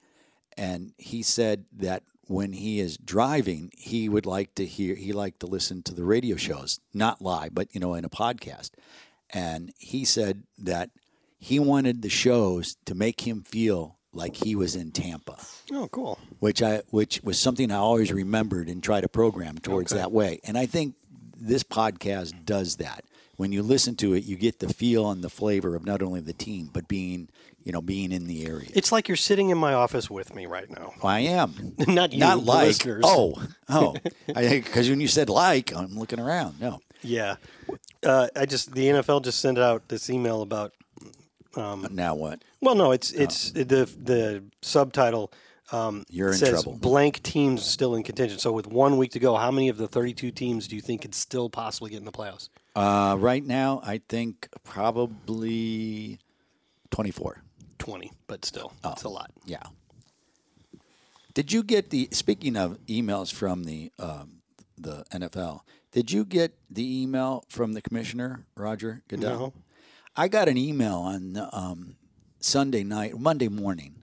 D: and he said that when he is driving, he would like to hear, he liked to listen to the radio shows, not live, but you know, in a podcast. And he said that he wanted the shows to make him feel like he was in Tampa
C: oh cool
D: which I which was something I always remembered and try to program towards that way. And I think this podcast does that. When you listen to it, you get the feel and the flavor of not only the team but being you know being in the area.
C: It's like you're sitting in my office with me right now.
D: I am
C: Not you,
D: not
C: the
D: like
C: listeners.
D: oh oh because when you said like I'm looking around no
C: Yeah. Uh, I just the NFL just sent out this email about Um,
D: now what
C: well no it's it's the the subtitle um,
D: Oh. You're in
C: says
D: trouble.
C: blank teams still in contention. So with one week to go, how many of the 32 teams do you think could still possibly get in the playoffs?
D: uh, right now I think probably twenty four
C: 20, but still,
D: Oh.
C: it's a lot.
D: Yeah. Did you get the speaking of emails from the um, the NFL? Did you get the email from the commissioner Roger Goodell?
C: No.
D: I got an email on um, Sunday night, Monday morning,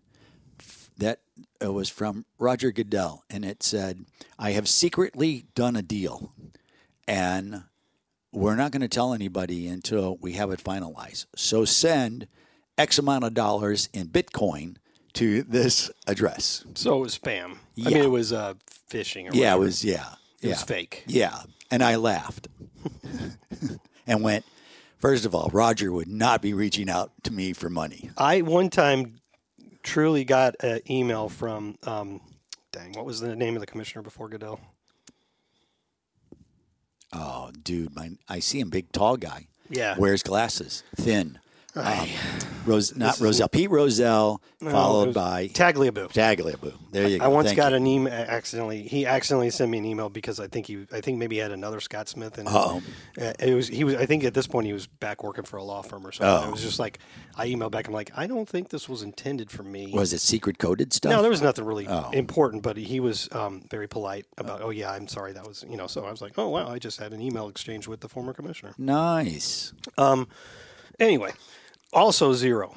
D: f- that uh, was from Roger Goodell, and it said, "I have secretly done a deal, and we're not going to tell anybody until we have it finalized. So send X amount of dollars in Bitcoin to this address."
C: So it was spam. I mean
D: Yeah.
C: it was uh, phishing or
D: Yeah, it
C: whatever.
D: was. Yeah,
C: it
D: yeah,
C: was fake.
D: Yeah, and I laughed and went, First of all, Roger would not be reaching out to me for money.
C: I one time truly got an email from, um, dang, what was the name of the commissioner before Goodell?
D: Oh, dude, my, I see him, big tall guy.
C: Yeah. Oh,
D: Wears glasses, thin. Um, Rose, not Roselle. Pete Roselle, followed
C: was
D: by
C: Tagliabue.
D: Tagliabue. There you go.
C: I once
D: Thank
C: got
D: you.
C: an email accidentally. He accidentally sent me an email because I think he, I think maybe he had another Scott Smith, and Uh,
D: Uh-oh.
C: it was he was. I think at this point he was back working for a law firm or something.
D: Oh.
C: It was just like I emailed back. I'm like, I don't think this was intended for me.
D: Was it Oh. secret coded stuff?
C: no, there was nothing really important, but he was um, very polite about. Oh yeah, I'm sorry. That was you know. So I was like, oh wow, I just had an email exchange with the former commissioner.
D: Nice.
C: Anyway, also zero.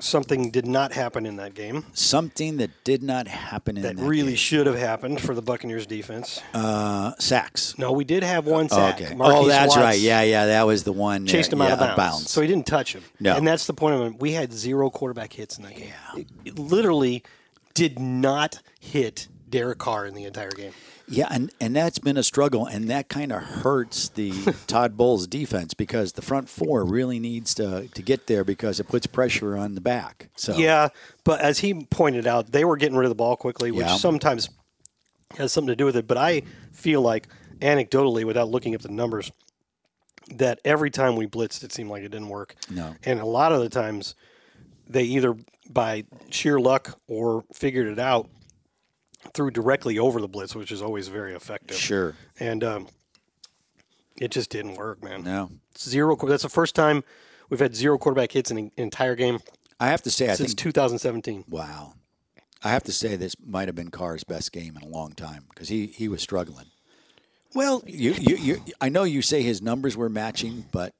C: Something did not happen in that game
D: Something that did not happen in
C: that
D: that,
C: really
D: game.
C: should have happened for the Buccaneers defense.
D: uh, sacks.
C: No, we did have one sack.
D: Okay.
C: Marquise
D: oh, that's
C: Watts
D: right. Yeah, yeah. That was the one.
C: Chased
D: that-
C: him out
D: yeah,
C: of, bounds. So he didn't touch him.
D: No.
C: And that's the point of it. We had zero quarterback hits in that game. It, it literally did not hit Derek Carr in the entire game.
D: yeah, and, and that's been a struggle, and that kind of hurts the Todd Bowles defense because the front four really needs to, to get there because it puts pressure on the back. So
C: Yeah. But as he pointed out, they were getting rid of the ball quickly, which
D: Yeah.
C: sometimes has something to do with it. But I feel like, anecdotally, without looking at the numbers, that every time we blitzed, it seemed like it didn't work.
D: No.
C: And a lot of the times, they either by sheer luck or figured it out threw directly over the blitz, which is always very effective.
D: sure.
C: And um, it just didn't work, man.
D: No,
C: Zero. qu- That's the first time we've had zero quarterback hits in an entire game
D: I have to say, I
C: since
D: think
C: 2017.
D: wow, I have to say this might have been Carr's best game in a long time because he he was struggling.
C: Well,
D: You, you, you, I know you say his numbers were matching, but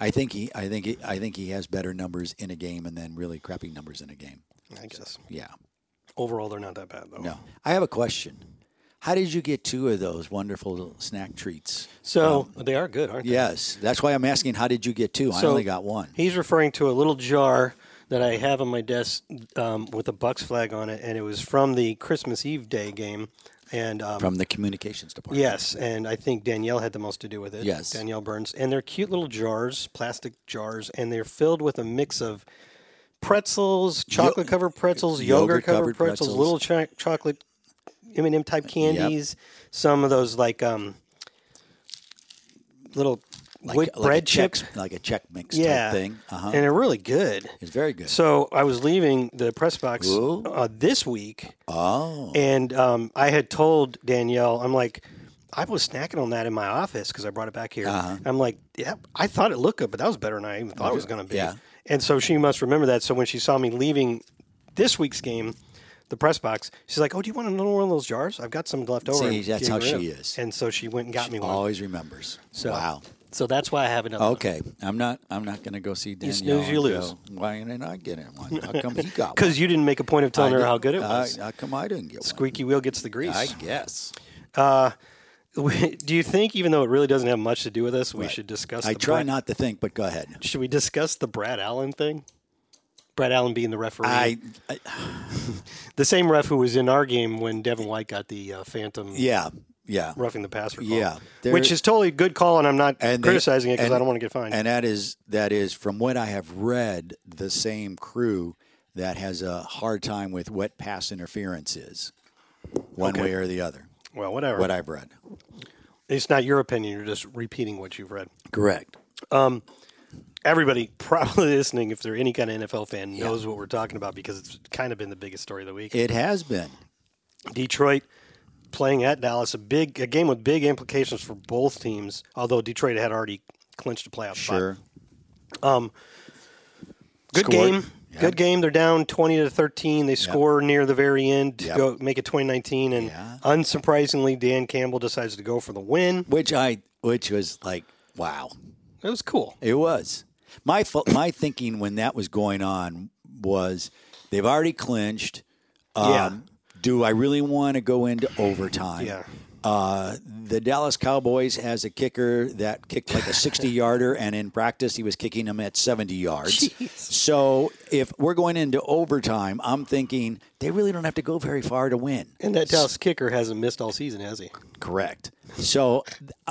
D: I think he, I think, he, I think he has better numbers in a game, and then really crappy numbers in a game.
C: I guess
D: Yeah.
C: overall they're not that bad though.
D: No. I have a question. How did you get two of those wonderful snack treats?
C: So they are good, aren't they?
D: Yes, that's why I'm asking. How did you get two? I
C: So-
D: only got one.
C: He's referring to a little jar that I have on my desk um, with a Bucks flag on it, and it was from the Christmas Eve Day game. And um,
D: From the communications department.
C: yes, and I think Danielle had the most to do with it.
D: Yes.
C: Danielle Burns, and they're cute little jars, plastic jars, and they're filled with a mix of pretzels, chocolate covered pretzels, yogurt covered
D: yogurt-covered
C: pretzels,
D: pretzels.
C: little cho- chocolate M and M type candies, some of those like um, little wheat
D: a
C: bread
D: check-
C: chips.
D: like a check mix
C: Yeah,
D: type thing. Uh-huh.
C: and they're really good.
D: it's very good.
C: So I was leaving the press box
D: Ooh.
C: uh, this week,
D: oh,
C: and um, I had told Danielle, I'm like, I was snacking on that in my office because I brought it back here.
D: Uh-huh.
C: I'm like, yeah, I thought it looked good, but that was better than I even thought it was going to be.
D: Yeah.
C: And so she must remember that. So when she saw me leaving this week's game, the press box, she's like, "Oh, do you want another one of those jars? I've got some left over."
D: See,
C: I'm
D: that's
C: getting
D: how
C: rid of
D: she
C: it."
D: is.
C: And so she went and got me one.
D: always remembers.
C: So-
D: Wow.
C: So that's why I have another. one.
D: Okay, I'm not. I'm not going to go see Danielle.
C: snooze, you
D: and
C: lose.
D: go, Why didn't I get him one? How come he got one?
C: Because you didn't make a point of telling her how good it was.
D: I, how come I didn't get
C: Squeaky wheel gets the grease.
D: one? I guess.
C: Do you think, even though it really doesn't have much to do with us, we should discuss?
D: I
C: the
D: try
C: Brad-
D: not to think, but go ahead.
C: Should we discuss the Brad Allen thing? Brad Allen being the referee,
D: I, I
C: the same ref who was in our game when Devin White got the uh, phantom
D: yeah, yeah.
C: roughing the passer call.
D: Yeah, there-
C: which is totally a good call, and I'm not
D: And they-
C: criticizing it because
D: and-
C: I don't want to get fined.
D: And that is that is from what I have read, the same crew that has a hard time with what pass interference is, one way or the other.
C: well, whatever.
D: What I've read.
C: it's not your opinion; you're just repeating what you've read.
D: Correct.
C: Everybody probably listening, if they're any kind of NFL fan, knows what we're talking about because it's kind of been the biggest story of the week.
D: It has been.
C: Detroit playing at Dallas, a big a game with big implications for both teams. Although Detroit had already clinched a playoff spot.
D: Sure.
C: Good
D: Scored.
C: game.
D: Yeah.
C: Good game. They're down 20 to 13. They score near the very end to
D: Yep.
C: go make it 2019 and
D: Yeah.
C: unsurprisingly Dan Campbell decides to go for the win.
D: Which I which was like, wow.
C: It was cool.
D: It was. My fo- my thinking when that was going on was they've already clinched. Um,
C: Yeah.
D: Do I really want to go into overtime?
C: Yeah.
D: Uh, the Dallas Cowboys has a kicker that kicked like a 60 yarder, and in practice, he was kicking them at 70 yards. So if we're going into overtime, I'm thinking they really don't have to go very far to win.
C: And that Dallas kicker hasn't missed all season, has he?
D: Correct. So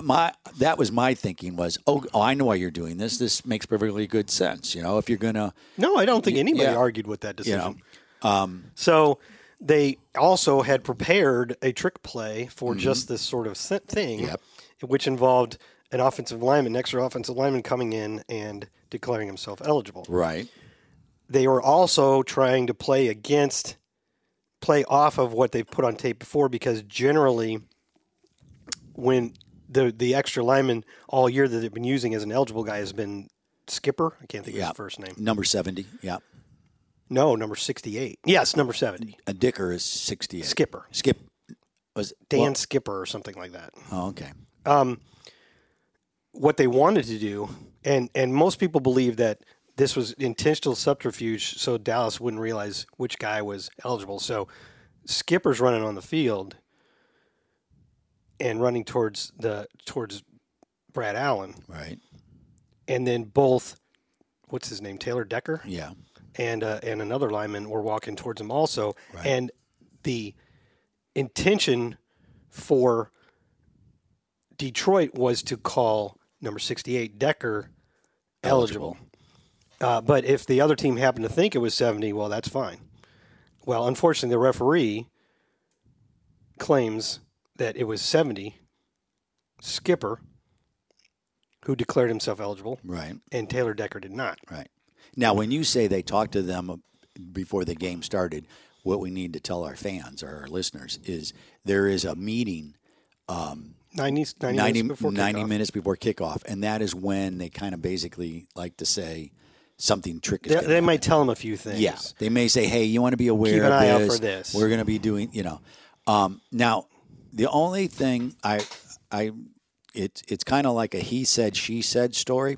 D: my that was my thinking was oh, oh I know why you're doing this. This makes perfectly good sense. You know if you're gonna
C: No, I don't think anybody
D: yeah. Um,
C: argued with that decision.
D: know,
C: so they also had prepared a trick play for just this sort of se- thing,
D: Mm-hmm. Yep.
C: which involved an offensive lineman, an extra offensive lineman coming in and declaring himself eligible.
D: right
C: They were also trying to play against, play off of what they've put on tape before, because generally, when the the extra lineman all year that they've been using as an eligible guy has been Skipper, I can't think of
D: Yeah.
C: his first name.
D: number seventy yeah
C: No, number sixty-eight. Yes, number seventy.
D: a dicker is sixty eight
C: Skipper.
D: skip was
C: Dan Skipper or something like that.
D: oh, okay
C: What they wanted to do, and and most people believe that this was intentional subterfuge so Dallas wouldn't realize which guy was eligible. So Skipper's running on the field and running towards the towards Brad Allen,
D: right
C: and then both what's his name Taylor Decker
D: yeah
C: and uh, and another lineman were walking towards him also, and the intention for Detroit was to call number sixty eight Decker eligible, Uh, but if the other team happened to think it was seventy, well, that's fine. Well, unfortunately, the referee claims that it was seventy. Skipper, who declared himself eligible,
D: right
C: and Taylor Decker did not.
D: right now when you say they talked to them before the game started what we need to tell our fans or our listeners is there is a meeting
C: 90, 90,
D: 90,
C: minutes before
D: 90
C: kickoff.
D: minutes before kickoff and that is when they kind of basically like to say something trick is
C: They,
D: gonna
C: they might tell him a few things.
D: Yeah, they may say, "Hey, you want to be aware
C: Keep an
D: of
C: eye out
D: this.
C: for this."
D: We're going to be doing, you know." Um, now, the only thing I, I, it's it's kind of like a he said she said story,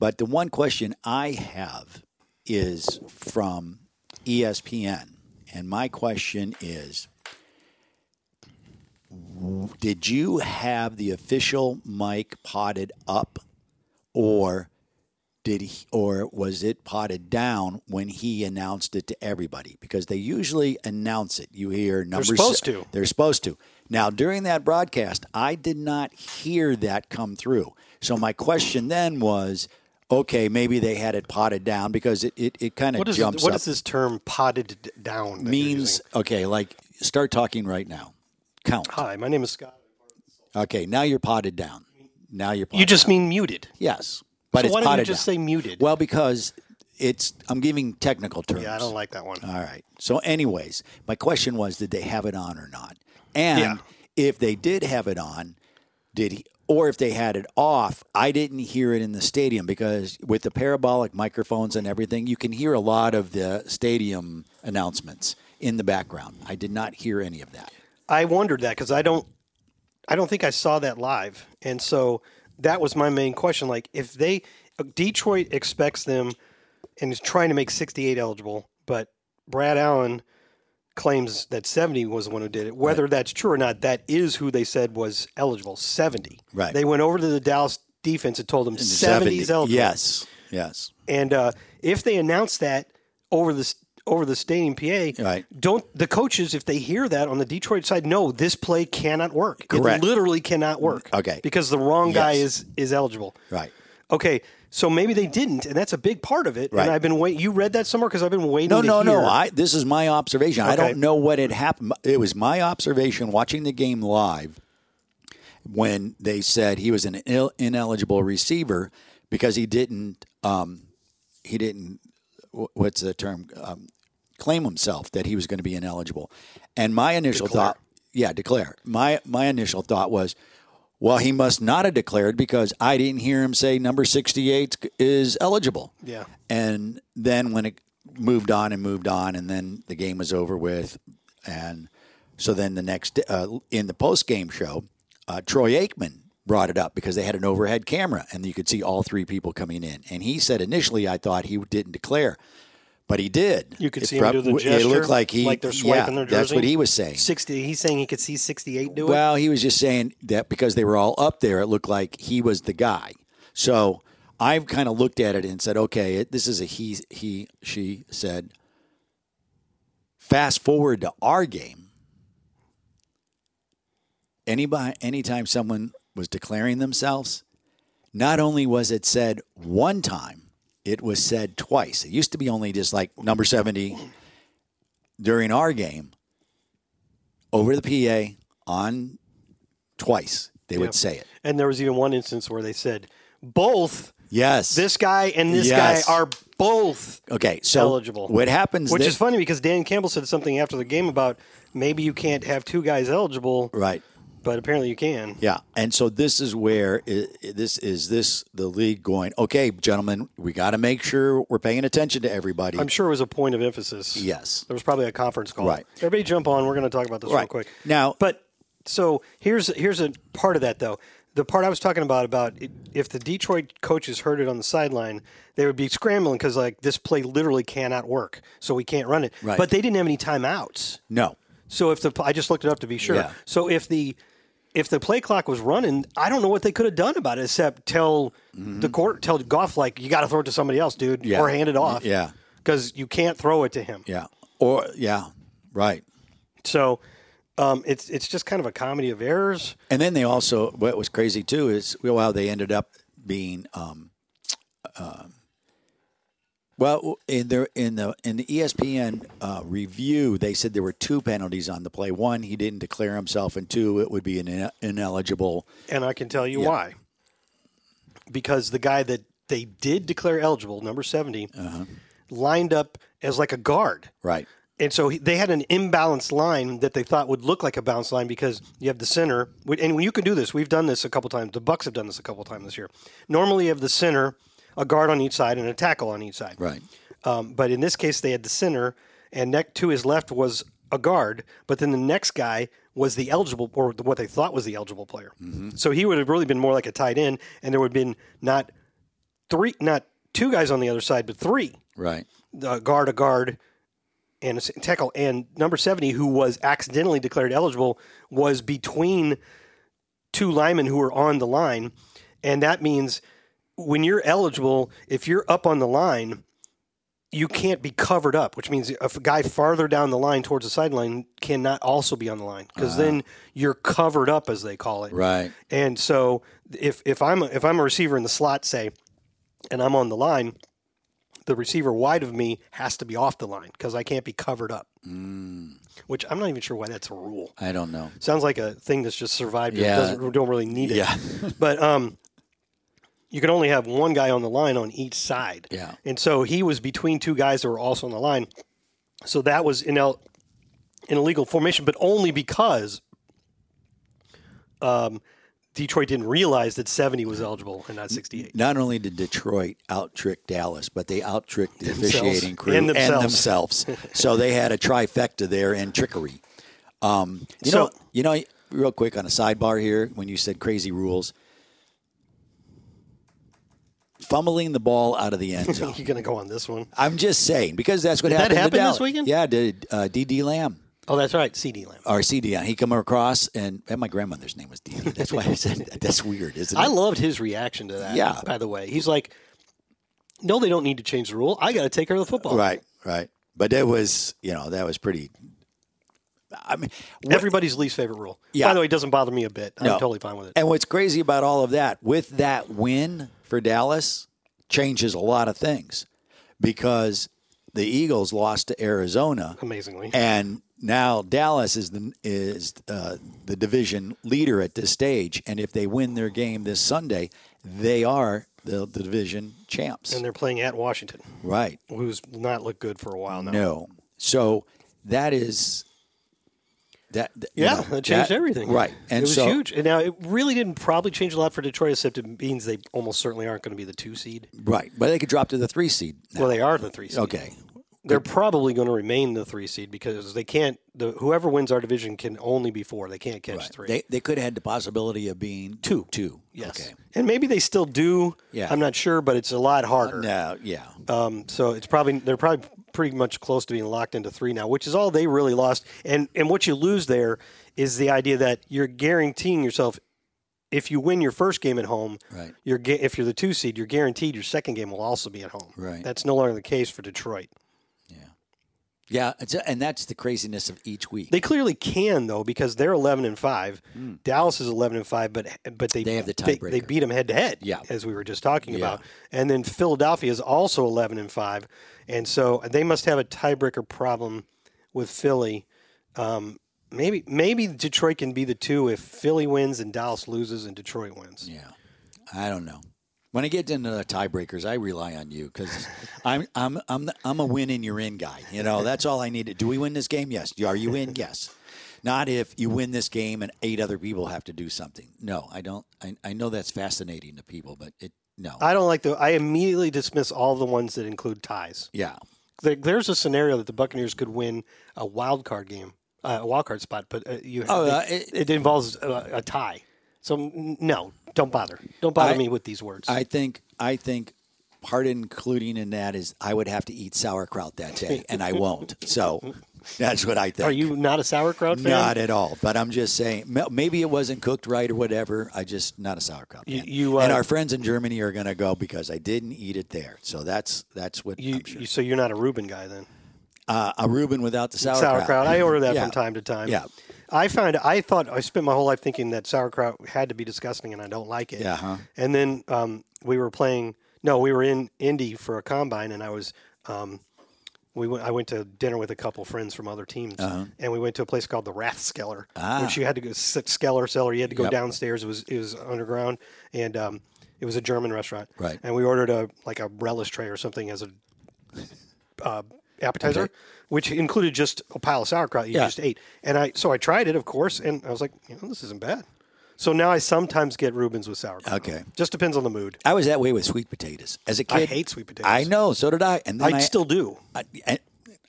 D: but the one question I have is from E ESPN, and my question is. Did you have the official mic potted up or did he or was it potted down when he announced it to everybody because they usually announce it you hear numbers
C: supposed to.
D: they're supposed to now during that broadcast i did not hear that come through so my question then was okay maybe they had it potted down because it, it, it kind
C: What
D: of
C: is
D: jumps
C: what
D: up
C: is this term potted d- down? that you're
D: means
C: using?
D: okay like start talking right now count
C: Hi, my name is Scott.
D: okay now you're potted down now you're potted
C: You just mean muted.
D: yes but
C: so
D: it's
C: why don't you
D: potted
C: just
D: down.
C: say muted?
D: Well, because it's I'm giving technical terms.
C: yeah, I don't like that one.
D: All right. So, anyways, my question was, did they have it on or not? And
C: Yeah.
D: if they did have it on, did he? Or if they had it off, I didn't hear it in the stadium because with the parabolic microphones and everything, you can hear a lot of the stadium announcements in the background. I did not hear any of that.
C: I wondered that because I don't, I don't think I saw that live, and so that was my main question. Like, if they Detroit expects them and is trying to make sixty-eight eligible, but Brad Allen claims that seventy was the one who did it. Whether that's true or not, that is who they said was eligible. Seventy.
D: Right.
C: They went over to the Dallas defense and told them 70's eligible.
D: Yes. Yes.
C: And uh, if they announce that over the s- over the stadium PA,
D: Right.
C: don't the coaches if they hear that on the Detroit side, no, this play cannot work.
D: Correct.
C: It literally cannot work.
D: Okay.
C: Because the wrong guy
D: Yes.
C: is is eligible.
D: Right.
C: Okay. So maybe they didn't, and that's a big part of it.
D: Right.
C: And I've been wait. You read that somewhere because I've been waiting.
D: No,
C: to
D: no,
C: hear.
D: no. I this is my observation. I
C: Okay.
D: don't know what had happened. It was my observation watching the game live when they said he was an Ill, ineligible receiver because he didn't um, he didn't wh- what's the term um, claim himself that he was going to be ineligible. And my initial thought, yeah, declare. My my initial thought was. Well, he must not have declared because I didn't hear him say number 68 is eligible.
C: Yeah.
D: And then when it moved on and moved on, and then the game was over with, and so then the next uh, in the post game show, uh, Troy Aikman brought it up because they had an overhead camera and you could see all three people coming in, and he said initially I thought he didn't declare, But he did.
C: You could
D: It
C: see him do the
D: It
C: gesture,
D: looked like he
C: like they're
D: yeah,
C: swiping their
D: That's
C: jersey.
D: what he was saying.
C: Sixty. He's saying he could see sixty-eight do it.
D: Well, he was just saying that because they were all up there, it looked like he was the guy. So I've kind of looked at it and said, okay, it, this is a he, he, she said. Fast forward to our game. Anybody, anytime someone was declaring themselves, not only was it said one time, it was said twice. It used to be only just like number 70 during our game over the PA on twice. They would say it.
C: And there was even one instance where they said both
D: Yes.
C: this guy and this
D: Yes.
C: guy are both
D: okay. So
C: eligible.
D: What happens?
C: Which
D: thi-
C: is funny because Dan Campbell said something after the game about maybe you can't have two guys eligible,
D: right?
C: but apparently you can.
D: Yeah. And so this is where i i- this is this the league going. Okay, gentlemen, we got to make sure we're paying attention to everybody.
C: I'm sure it was a point of emphasis.
D: Yes.
C: There was probably a conference call.
D: Right.
C: Everybody jump on. We're going to talk about this real
D: Right.
C: quick.
D: Now-
C: but so here's here's a part of that though. The part I was talking about about it, if the Detroit coaches heard it on the sideline, they would be scrambling because like this play literally cannot work, so we can't run it.
D: Right.
C: But they didn't have any timeouts.
D: No.
C: So if the I just looked it up to be sure.
D: Yeah.
C: So if the if the play clock was running, I don't know what they could have done about it except tell the court tell Goff like you got to throw it to somebody else, dude,
D: Mm-hmm. Yeah.
C: or hand it off.
D: Yeah.
C: because you can't throw it to him.
D: Yeah. Or yeah. Right.
C: So um, it's it's just kind of a comedy of errors.
D: And then they also what was crazy too is well how they ended up being um, um well in their in the in the E ESPN uh, review they said there were two penalties on the play one he didn't declare himself and two it would be an ine- ineligible
C: And I can tell you why. Because the guy that they did declare eligible, number 70,
D: Uh-huh.
C: lined up as like a guard.
D: right
C: And so he, they had an imbalanced line that they thought would look like a bounce line because you have the center, and you can do this. We've done this a couple times. The Bucks have done this a couple times this year. Normally, you have the center, a guard on each side, and a tackle on each side.
D: right
C: Um, but in this case, they had the center, and next to his left was a guard. But then the next guy was the eligible, or what they thought was the eligible player. So he would have really been more like a tight end, and there would have been not three, not two guys on the other side, but three
D: right
C: a guard, a guard, and a s- tackle. And number 70, who was accidentally declared eligible, was between two linemen who were on the line. And that means when you're eligible, if you're up on the line, you can't be covered up, which means a f- guy farther down the line towards the sideline cannot also be on the line because then you're covered up, as they call it.
D: right
C: And so if if I'm a, if I'm a receiver in the slot, say, and I'm on the line, the receiver wide of me has to be off the line because I can't be covered up.
D: Mm.
C: Which I'm not even sure why that's a rule.
D: I don't know
C: Sounds like a thing that's just survived.
D: Yeah.
C: Yeah. Doesn't, don't really need it.
D: yeah
C: But um, you can only have one guy on the line on each side.
D: Yeah.
C: And so he was between two guys that were also on the line. So that was in L, an illegal formation, but only because um, Detroit didn't realize that 70 was eligible and not 68.
D: not only did Detroit out trick Dallas, but they out tricked the
C: Themselves.
D: officiating crew
C: And
D: themselves. so they had a trifecta there and trickery. Um, you
C: So-
D: know, you know, real quick on a sidebar here, when you said crazy rules, fumbling the ball out of the end zone.
C: You're going to go on this one.
D: I'm just saying because that's what
C: Did that
D: happened. to
C: happen this
D: Dallas.
C: weekend?
D: Yeah, did uh, D.D. Lamb
C: Oh, that's right. CD Lamb.
D: or C.D. He come across, and, and my grandmother's name was D.D. That's why I said that. That's weird, isn't it?
C: I loved his reaction to that.
D: Yeah.
C: By the way, he's like, no, they don't need to change the rule. I got to take care of the football.
D: Right, right. But that was, you know, that was pretty. I mean, what-
C: Everybody's least favorite rule.
D: Yeah.
C: By the way, it doesn't bother me a bit. I'm
D: No.
C: totally fine with it.
D: and what's crazy about all of that with that win for Dallas changes a lot of things because the Eagles lost to Arizona,
C: Amazingly.
D: and now Dallas is the is uh, the division leader at this stage. And if they win their game this Sunday, they are the, the division champs.
C: And they're playing at Washington,
D: right.
C: who's not looked good for a while now.
D: No. So that is that. th- you
C: Yeah,
D: know,
C: that changed everything.
D: Right, and
C: it was
D: so
C: huge. And now it really didn't probably change a lot for Detroit, except it means they almost certainly aren't going to be the two seed.
D: right, but they could drop to the three seed. now.
C: Well, they are the three seed.
D: okay,
C: They're probably going to remain the three seed because they can't. The whoever wins our division can only be four. They can't catch three.
D: they they could have had the possibility of being two, two.
C: yes.
D: Okay.
C: And maybe they still do.
D: Yeah.
C: I'm not sure, but it's a lot harder.
D: No. Yeah.
C: Um, so it's probably they're probably pretty much close to being locked into three now, which is all they really lost. And and what you lose there is the idea that you're guaranteeing yourself if you win your first game at home,
D: Right.
C: you're gu- if you're the two seed, you're guaranteed your second game will also be at home.
D: Right.
C: That's no longer the case for Detroit.
D: Yeah, it's, and that's the craziness of each week.
C: They clearly can though because they're eleven and five. Dallas is eleven and five, but but they
D: Hmm. They have the
C: they,
D: tiebreaker.
C: beat them head to head.
D: Yeah.
C: as we were just talking
D: Yeah.
C: about. And then Philadelphia is also eleven and five, and so they must have a tiebreaker problem with Philly. Um, maybe maybe Detroit can be the two if Philly wins and Dallas loses and Detroit wins.
D: yeah, I don't know. When I get into the tiebreakers, I rely on you because I'm I'm I'm the, I'm a win and you're in guy. You know, that's all I need. to- Do we win this game? Yes. Are you in? Yes. Not if you win this game and eight other people have to do something. No, I don't. I, I know that's fascinating to people, but it no.
C: I don't like the. I immediately dismiss all the ones that include ties.
D: yeah,
C: There, there's a scenario that the Buccaneers could win a wild card game, uh, a wild card spot, but uh, you
D: Oh,
C: they-
D: uh, it-
C: it, involves a, a tie. So n- no, don't bother. Don't bother
D: I-
C: me with these words.
D: I think I think part including in that is I would have to eat sauerkraut that day, and I won't. So that's what I think.
C: Are you not a sauerkraut fan?
D: Not at all. But I'm just saying, m- maybe it wasn't cooked right or whatever. I just not a sauerkraut.
C: You-
D: fan.
C: you, uh,
D: and our friends in Germany are going to go because I didn't eat it there. So that's that's what
C: you,
D: I'm sure.
C: you- so you're not a Reuben guy then?
D: uh, a Reuben without the sauerkraut.
C: Sauerkraut. I order that
D: Yeah.
C: from time to time.
D: Yeah.
C: I found I thought I spent my whole life thinking that sauerkraut had to be disgusting and I don't like it.
D: Yeah, huh?
C: And then um, we were playing. No, we were in Indy for a combine, and I was. Um, we went, I went to dinner with a couple friends from other teams,
D: Uh-huh.
C: and we went to a place called the Rathskeller, which you had to go Skeller cellar. You had to go
D: Ah. Yep.
C: downstairs. It was it was underground, and um, it was a German restaurant.
D: Right.
C: And we ordered a like a relish tray or something as a appetizer, which included just a pile of sauerkraut you
D: Yeah.
C: just ate. And I so I tried it, of course, and I was like, you know, this isn't bad. So now I sometimes get Rubens with sauerkraut.
D: Okay.
C: just depends on the mood.
D: I was that way with sweet potatoes as a kid.
C: I hate sweet potatoes.
D: I know. So did I. And then
C: I, still do.
D: I, I,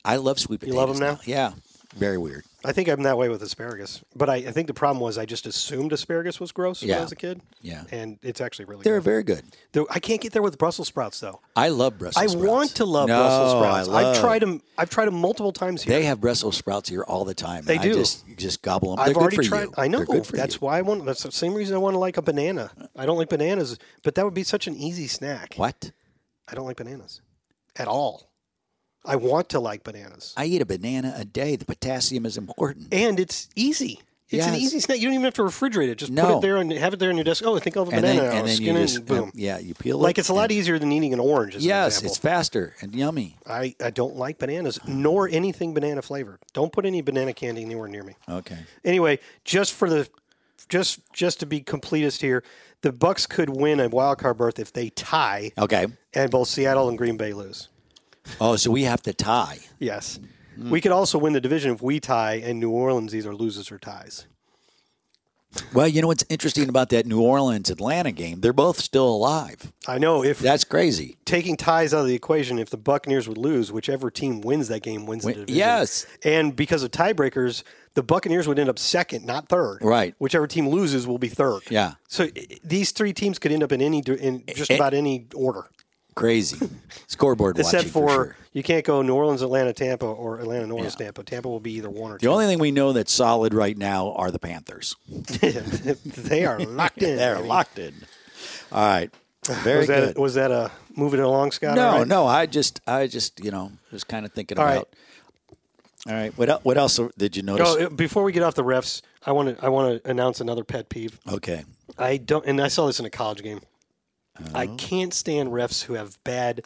D: I love sweet potatoes.
C: love 'em now?
D: Yeah. Very weird.
C: I think I'm that way with asparagus, but I, I think the problem was I just assumed asparagus was gross when I
D: Yeah.
C: was a kid.
D: Yeah.
C: and it's actually really
D: They're
C: good.
D: very good.
C: There- I can't get there with Brussels sprouts though.
D: I love Brussels
C: I
D: sprouts.
C: want to love
D: No,
C: Brussels sprouts.
D: I love,
C: I've tried them. I've tried them multiple times here.
D: They have Brussels sprouts here all the time.
C: They
D: and
C: do.
D: I just, you just gobble them.
C: I've
D: They're good
C: already
D: for
C: tried.
D: you.
C: I know.
D: They're good for
C: That's
D: you.
C: why I want. That's the same reason I want to like a banana. I don't like bananas, but that would be such an easy snack.
D: What?
C: I don't like bananas at all. I want to like bananas,
D: I eat a banana a day. The potassium is important.
C: and it's easy. It's an
D: Yes.
C: easy snack. You don't even have to refrigerate it. Just put
D: No.
C: it there and have it there on your desk. Oh, I think I'll have a
D: and
C: banana.
D: then,
C: now.
D: and then
C: Skin
D: you
C: it
D: just um,
C: and boom.
D: yeah, you peel it.
C: like it's a lot
D: and-
C: easier than eating an orange. As an
D: Yes,
C: example.
D: it's faster and yummy.
C: I, I don't like bananas nor anything banana flavored. Don't put any banana candy anywhere near me.
D: Okay.
C: anyway, just for the just just to be completest here, the Bucks could win a wild card berth if they tie
D: Okay.
C: and both Seattle and Green Bay lose.
D: Oh, so we have to tie.
C: Yes.
D: Mm.
C: We could also win the division if we tie and New Orleans either loses or ties.
D: Well, you know what's interesting about that New Orleans Atlanta game? They're both still alive.
C: I know if
D: That's crazy.
C: taking ties out of the equation, if the Buccaneers would lose, whichever team wins that game wins the
D: Win-
C: division.
D: yes.
C: And because of tiebreakers, the Buccaneers would end up second, not third.
D: Right.
C: Whichever team loses will be third.
D: Yeah.
C: So i- i- these three teams could end up in any di- in just about any order.
D: Crazy. Scoreboard watching
C: except for,
D: for sure.
C: you can't go New Orleans, Atlanta, Tampa, or Atlanta, New Orleans, Tampa. Tampa will be either one or
D: The
C: two.
D: only thing we know that's solid right now are the Panthers.
C: they are locked in.
D: They're
C: baby.
D: locked in. All right. Very
C: Was
D: good.
C: that was that a moving along, Scott?
D: No,
C: All right.
D: no. I just, I just, you know, was kind of thinking
C: All right.
D: about. All right. What el- What else did you notice?
C: Oh, uh, before we get off the refs, I want to I want to announce another pet peeve.
D: okay.
C: I don't, and I saw this in a college game. I
D: Oh.
C: can't stand refs who have bad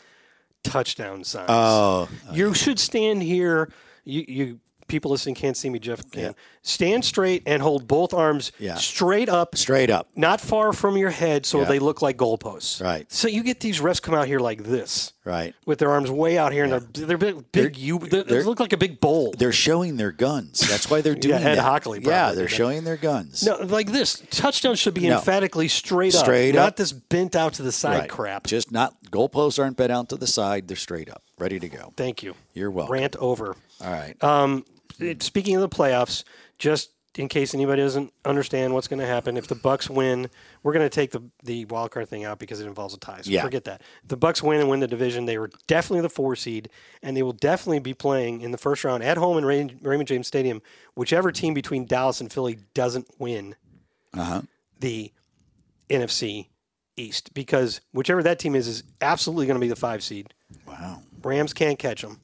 C: touchdown signs.
D: Oh,
C: you should stand here. You, you people listening can't see me, Jeff. Can stand straight and hold both arms
D: Yeah.
C: straight up,
D: straight up.
C: not far from your head, so
D: Yeah.
C: they look like goalposts.
D: Right.
C: So you get these refs come out here like this,
D: Right.
C: with their arms way out here, and they're they're big. big you they they
D: they're-
C: look like a big bowl.
D: They're showing their guns. That's why they're doing
C: Ed
D: that.
C: Hockley
D: yeah,
C: probably
D: they're
C: did that.
D: showing their guns.
C: No, like this. Touchdown should be
D: No.
C: emphatically straight up,
D: Straight
C: not
D: up.
C: this bent out to the side
D: Right.
C: crap.
D: Just not goalposts aren't bent out to the side. They're straight up, ready to go.
C: Thank you.
D: You're welcome.
C: Rant over.
D: All right.
C: Um, it- speaking of the playoffs, just in case anybody doesn't understand what's going to happen, if the Bucks win, we're going to take the the wild card thing out because it involves a tie. So
D: Yeah.
C: forget that. If the Bucks win and win the division, they were definitely the four seed, and they will definitely be playing in the first round at home in Ray- Raymond James Stadium. Whichever team between Dallas and Philly doesn't win
D: Uh-huh.
C: the NFC East, because whichever that team is is absolutely going to be the five seed.
D: Wow.
C: Rams can't catch them.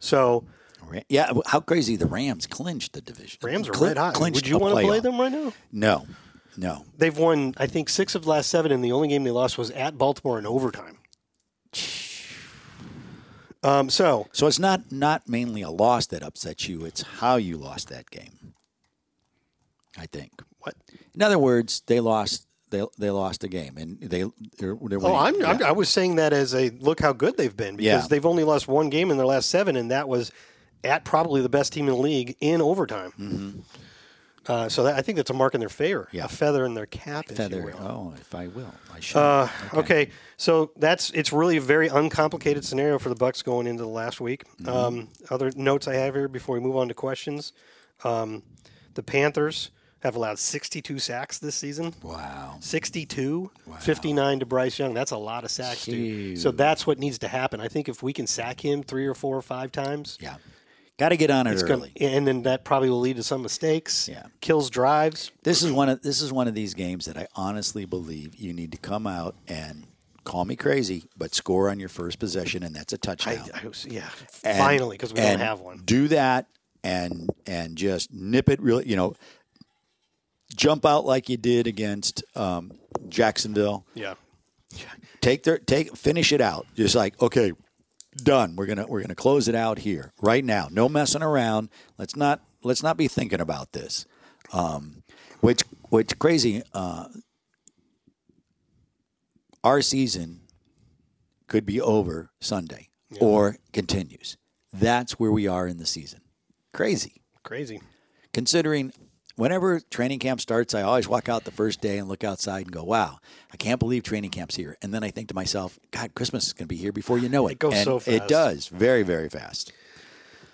C: So
D: Ra- Yeah, w- how crazy the Rams clinched the division.
C: Rams are
D: Clin-
C: red hot.
D: clinched
C: Would you
D: a
C: want to play
D: playoff.
C: them right now?
D: No, no.
C: They've won, I think, six of the last seven, and the only game they lost was at Baltimore in overtime. Um, so
D: So it's not not mainly a loss that upsets you; it's how you lost that game. I think.
C: what?
D: In other words, they lost. They they lost a game, and they they're,
C: Oh,
D: they're winning.
C: I'm,
D: Yeah.
C: I'm, I was saying that as a look how good they've been because
D: Yeah.
C: they've only lost one game in their last seven, and that was at probably the best team in the league in overtime. Uh, so that, I think that's a mark in their favor,
D: Yeah.
C: a feather in their cap, if you
D: feather.
C: will.
D: Oh, if I will, I should.
C: Uh, okay. so that's it's really a very uncomplicated scenario for the Bucks going into the last week. Um, other notes I have here before we move on to questions: um, the Panthers have allowed 62 sacks this season.
D: wow.
C: 62, 59 to Bryce Young. That's a lot of sacks, dude. So that's what needs to happen. I think if we can sack him three or four or five times,
D: Yeah. Got to get on it
C: it's
D: early.
C: gonna, and then that probably will lead to some mistakes.
D: Yeah.
C: Kills drives.
D: This is one of this is one of these games that I honestly believe you need to come out and call me crazy, but score on your first possession, and that's a
C: I,
D: touchdown.
C: I was- yeah,
D: And-
C: finally, because we don't
D: and
C: have one.
D: Do that and and just nip it really. You know, jump out like you did against um, Jacksonville.
C: Yeah.
D: Take their take finish it out. Just like okay, done. We're gonna we're gonna close it out here right now. No messing around. Let's not let's not be thinking about this. Um, which which crazy. Uh, our season could be over Sunday or continues. That's where we are in the season. Crazy
C: Crazy.
D: considering whenever training camp starts, I always walk out the first day and look outside and go, wow, I can't believe training camp's here. And then I think to myself, God, Christmas is going to be here before you know it.
C: It goes
D: And
C: so fast.
D: It does very, very fast.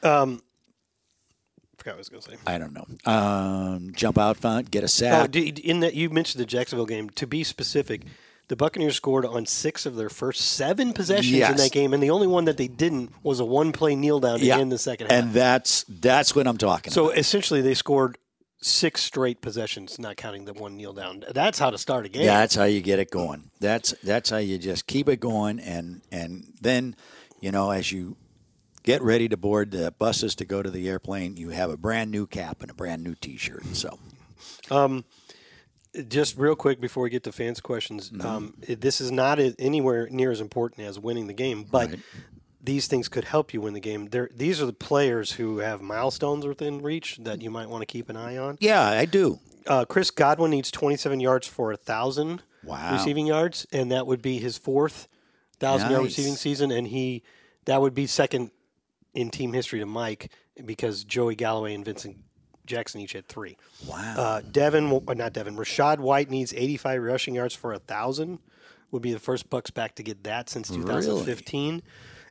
C: Forgot what I was going to say.
D: I don't know. Um, jump out front, get a
C: Oh,
D: sack.
C: d- in that you mentioned the Jacksonville game. To be specific, the Buccaneers scored on six of their first seven possessions in
D: Yes.
C: that game, and the only one that they didn't was a one-play kneel down to
D: Yeah.
C: end the second half.
D: and that's that's what I'm talking about.
C: so essentially, they scored six straight possessions, not counting the one kneel down. That's how to start a game.
D: That's how you get it going. That's that's how you just keep it going, and and then, you know, as you get ready to board the buses to go to the airplane, you have a brand new cap and a brand new T-shirt. So
C: Just real quick before we get to fans' questions,
D: Mm-hmm.
C: um, it- this is not a- anywhere near as important as winning the game, but. These things could help you win the game. They're, these are the players who have milestones within reach that you might want to keep an eye on.
D: Yeah, I do.
C: uh, Chris Godwin needs 27 yards for a thousand
D: Wow.
C: receiving yards, and that would be his fourth thousand yard
D: Nice.
C: receiving season, and he that would be second in team history to Mike because Joey Galloway and Vincent Jackson each had three.
D: Wow.
C: Uh, Devin, uh, not Devin, Rashad White needs 85 rushing yards for a thousand. Would be the first Bucks back to get that since 2015.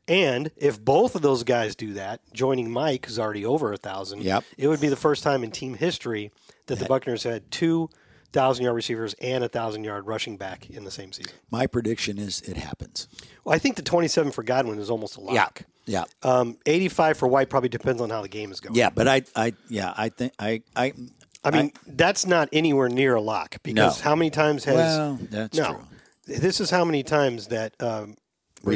C: And if both of those guys do that, joining Mike, who's already over a thousand,
D: Yep.
C: it would be the first time in team history that, the Buccaneers had two thousand yard receivers and a thousand yard rushing back in the same season.
D: My prediction is it happens.
C: Well, I think the 27 for Godwin is almost a lock.
D: Yeah.
C: Um, 85 for White probably depends on how the game is going.
D: Yeah, but I I yeah, I think I I
C: I mean, that's not anywhere near a lock because
D: No.
C: how many times has
D: Well, that's
C: no?
D: true.
C: This is how many times that um,
D: We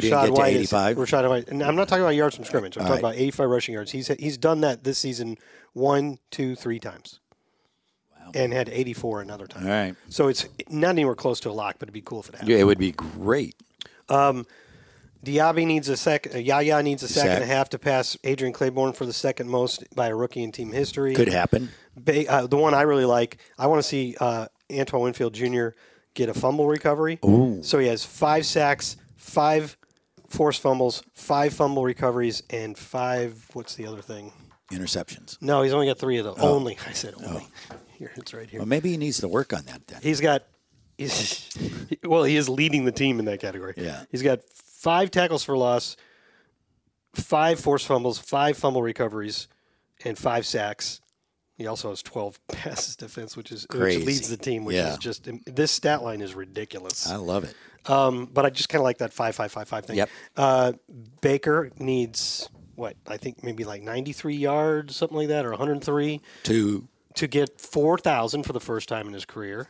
C: Rashad
D: didn't get to
C: White
D: 85?
C: Is, Rashad White, and I'm not talking about yards from scrimmage. I'm
D: All
C: talking
D: right.
C: about 85 rushing yards. He's he's done that this season one, two, three times, and had 84 another time.
D: All right.
C: So it's not anywhere close to a lock, but it'd be cool if it happened.
D: Yeah, it would be great.
C: Diaby needs a second. Uh, Yaya needs a sack
D: Sack.
C: and a half to pass Adrian Claiborne for the second most by a rookie in team history.
D: Could happen.
C: ba- uh, the one I really like. I want to see uh, Antoine Winfield Jr. get a fumble recovery. So he has five sacks, five forced fumbles, five fumble recoveries, and five. What's the other thing?
D: Interceptions.
C: No, he's only got three of those. Only I said only. Here it's right here.
D: Well, maybe he needs to work on that then.
C: He's got. He's, well, he is leading the team in that category.
D: Yeah.
C: he's got five tackles for loss, five forced fumbles, five fumble recoveries, and five sacks. He also has 12 passes defense, which is
D: Crazy.
C: which leads the team, which
D: Yeah.
C: is just this stat line is ridiculous.
D: I love it.
C: Um, but I just kind of like that five five five five thing.
D: Yep.
C: Uh, Baker needs what I think maybe like 93 yards, something like that, or 103
D: To
C: to get 4,000 for the first time in his career,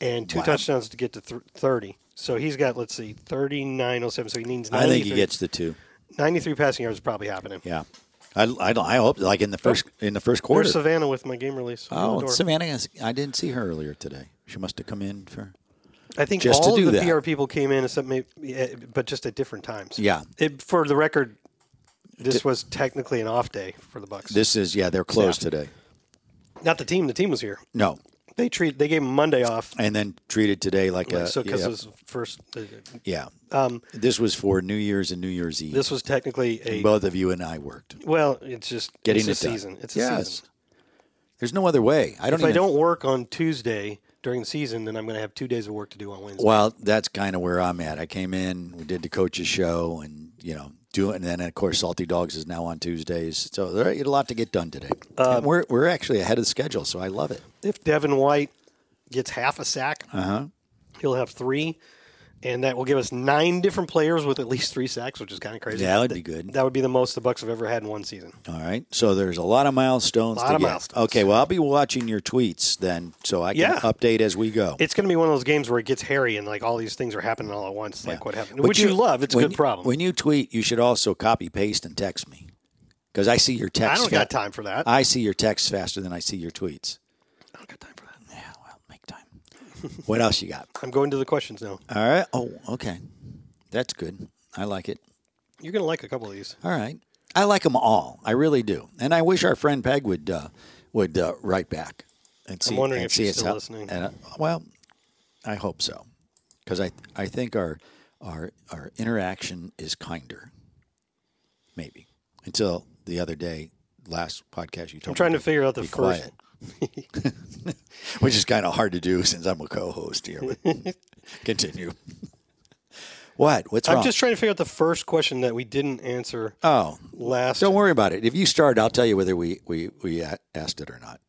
C: and two touchdowns to get to th- 30. So he's got let's see, 3907. So he needs. 93,
D: I think he gets the two.
C: 93 passing yards. Is probably happening.
D: Yeah, I, I, don't- I hope like in the first in the first quarter.
C: There's Savannah with my game release. on the
D: oh,
C: door.
D: Savannah, is- I didn't see her earlier today. She must have come in for.
C: I think
D: just to
C: all
D: do
C: of the
D: that.
C: PR people came in, except maybe, eh, but just at different times.
D: Yeah.
C: It, for the record, this was technically an off day for the Bucks.
D: This is yeah, they're closed today.
C: Not the team. The team was here.
D: No,
C: They treat. They gave him Monday off.
D: and then treated today like a
C: Like, so because
D: yeah,
C: it was first, um,
D: yeah. this was for New Year's and New Year's Eve.
C: this was technically a
D: both of you and I worked
C: well. It's just
D: getting
C: it's
D: it
C: a
D: done.
C: season. It's a
D: yes.
C: season.
D: There's no other way. I don't.
C: If
D: even,
C: I don't work on Tuesday during the season, then I'm going to have two days of work to do on Wednesday.
D: Well, that's kind of where I'm at. I came in, we did the coach's show, and you know, do it. And then of course, Salty Dogs is now on Tuesdays, so there are a lot to get done today.
C: Uh,
D: And we're we're actually ahead of schedule, so I love it.
C: If Devin White gets half a sack,
D: Uh-huh.
C: he'll have three, and that will give us nine different players with at least three sacks, which is kind of crazy.
D: Yeah, that would be good.
C: That would be the most the Bucks have ever had in one season.
D: All right, so there's a lot of milestones.
C: Lot
D: to
C: of
D: get.
C: milestones.
D: Okay, well, I'll be watching your tweets then, so I can
C: Yeah.
D: update as we go.
C: It's going to be one of those games where it gets hairy and like all these things are happening all at once, like what happened,
D: But
C: which you, love. It's a
D: when
C: good
D: you-
C: problem.
D: When you tweet, you should also copy paste and text me because I see your
C: I
D: text.
C: don't got time for that.
D: I see your texts faster than I see your tweets. I don't got time for that. Yeah, well, make time. what else you got?
C: I'm going to the questions now.
D: All right. Oh, okay. That's good. I like it.
C: You're going to like a couple of these.
D: All right. I like them all. I really do. And I wish our friend Peg would uh, would uh, write back and see.
C: wondering
D: and
C: if
D: see
C: she's
D: us
C: still
D: how-
C: listening.
D: And, uh, well, I hope so, because I I think our our our interaction is kinder. Maybe until the other day, last podcast you told
C: I'm trying
D: me
C: to figure out the
D: be
C: first.
D: quiet. which is kind of hard to do since I'm a co-host here. But continue. what? What's
C: I'm
D: wrong?
C: just trying to figure out the first question that we didn't answer
D: oh,
C: last.
D: don't worry about it. If you start, I'll tell you whether we we we a- asked it or not.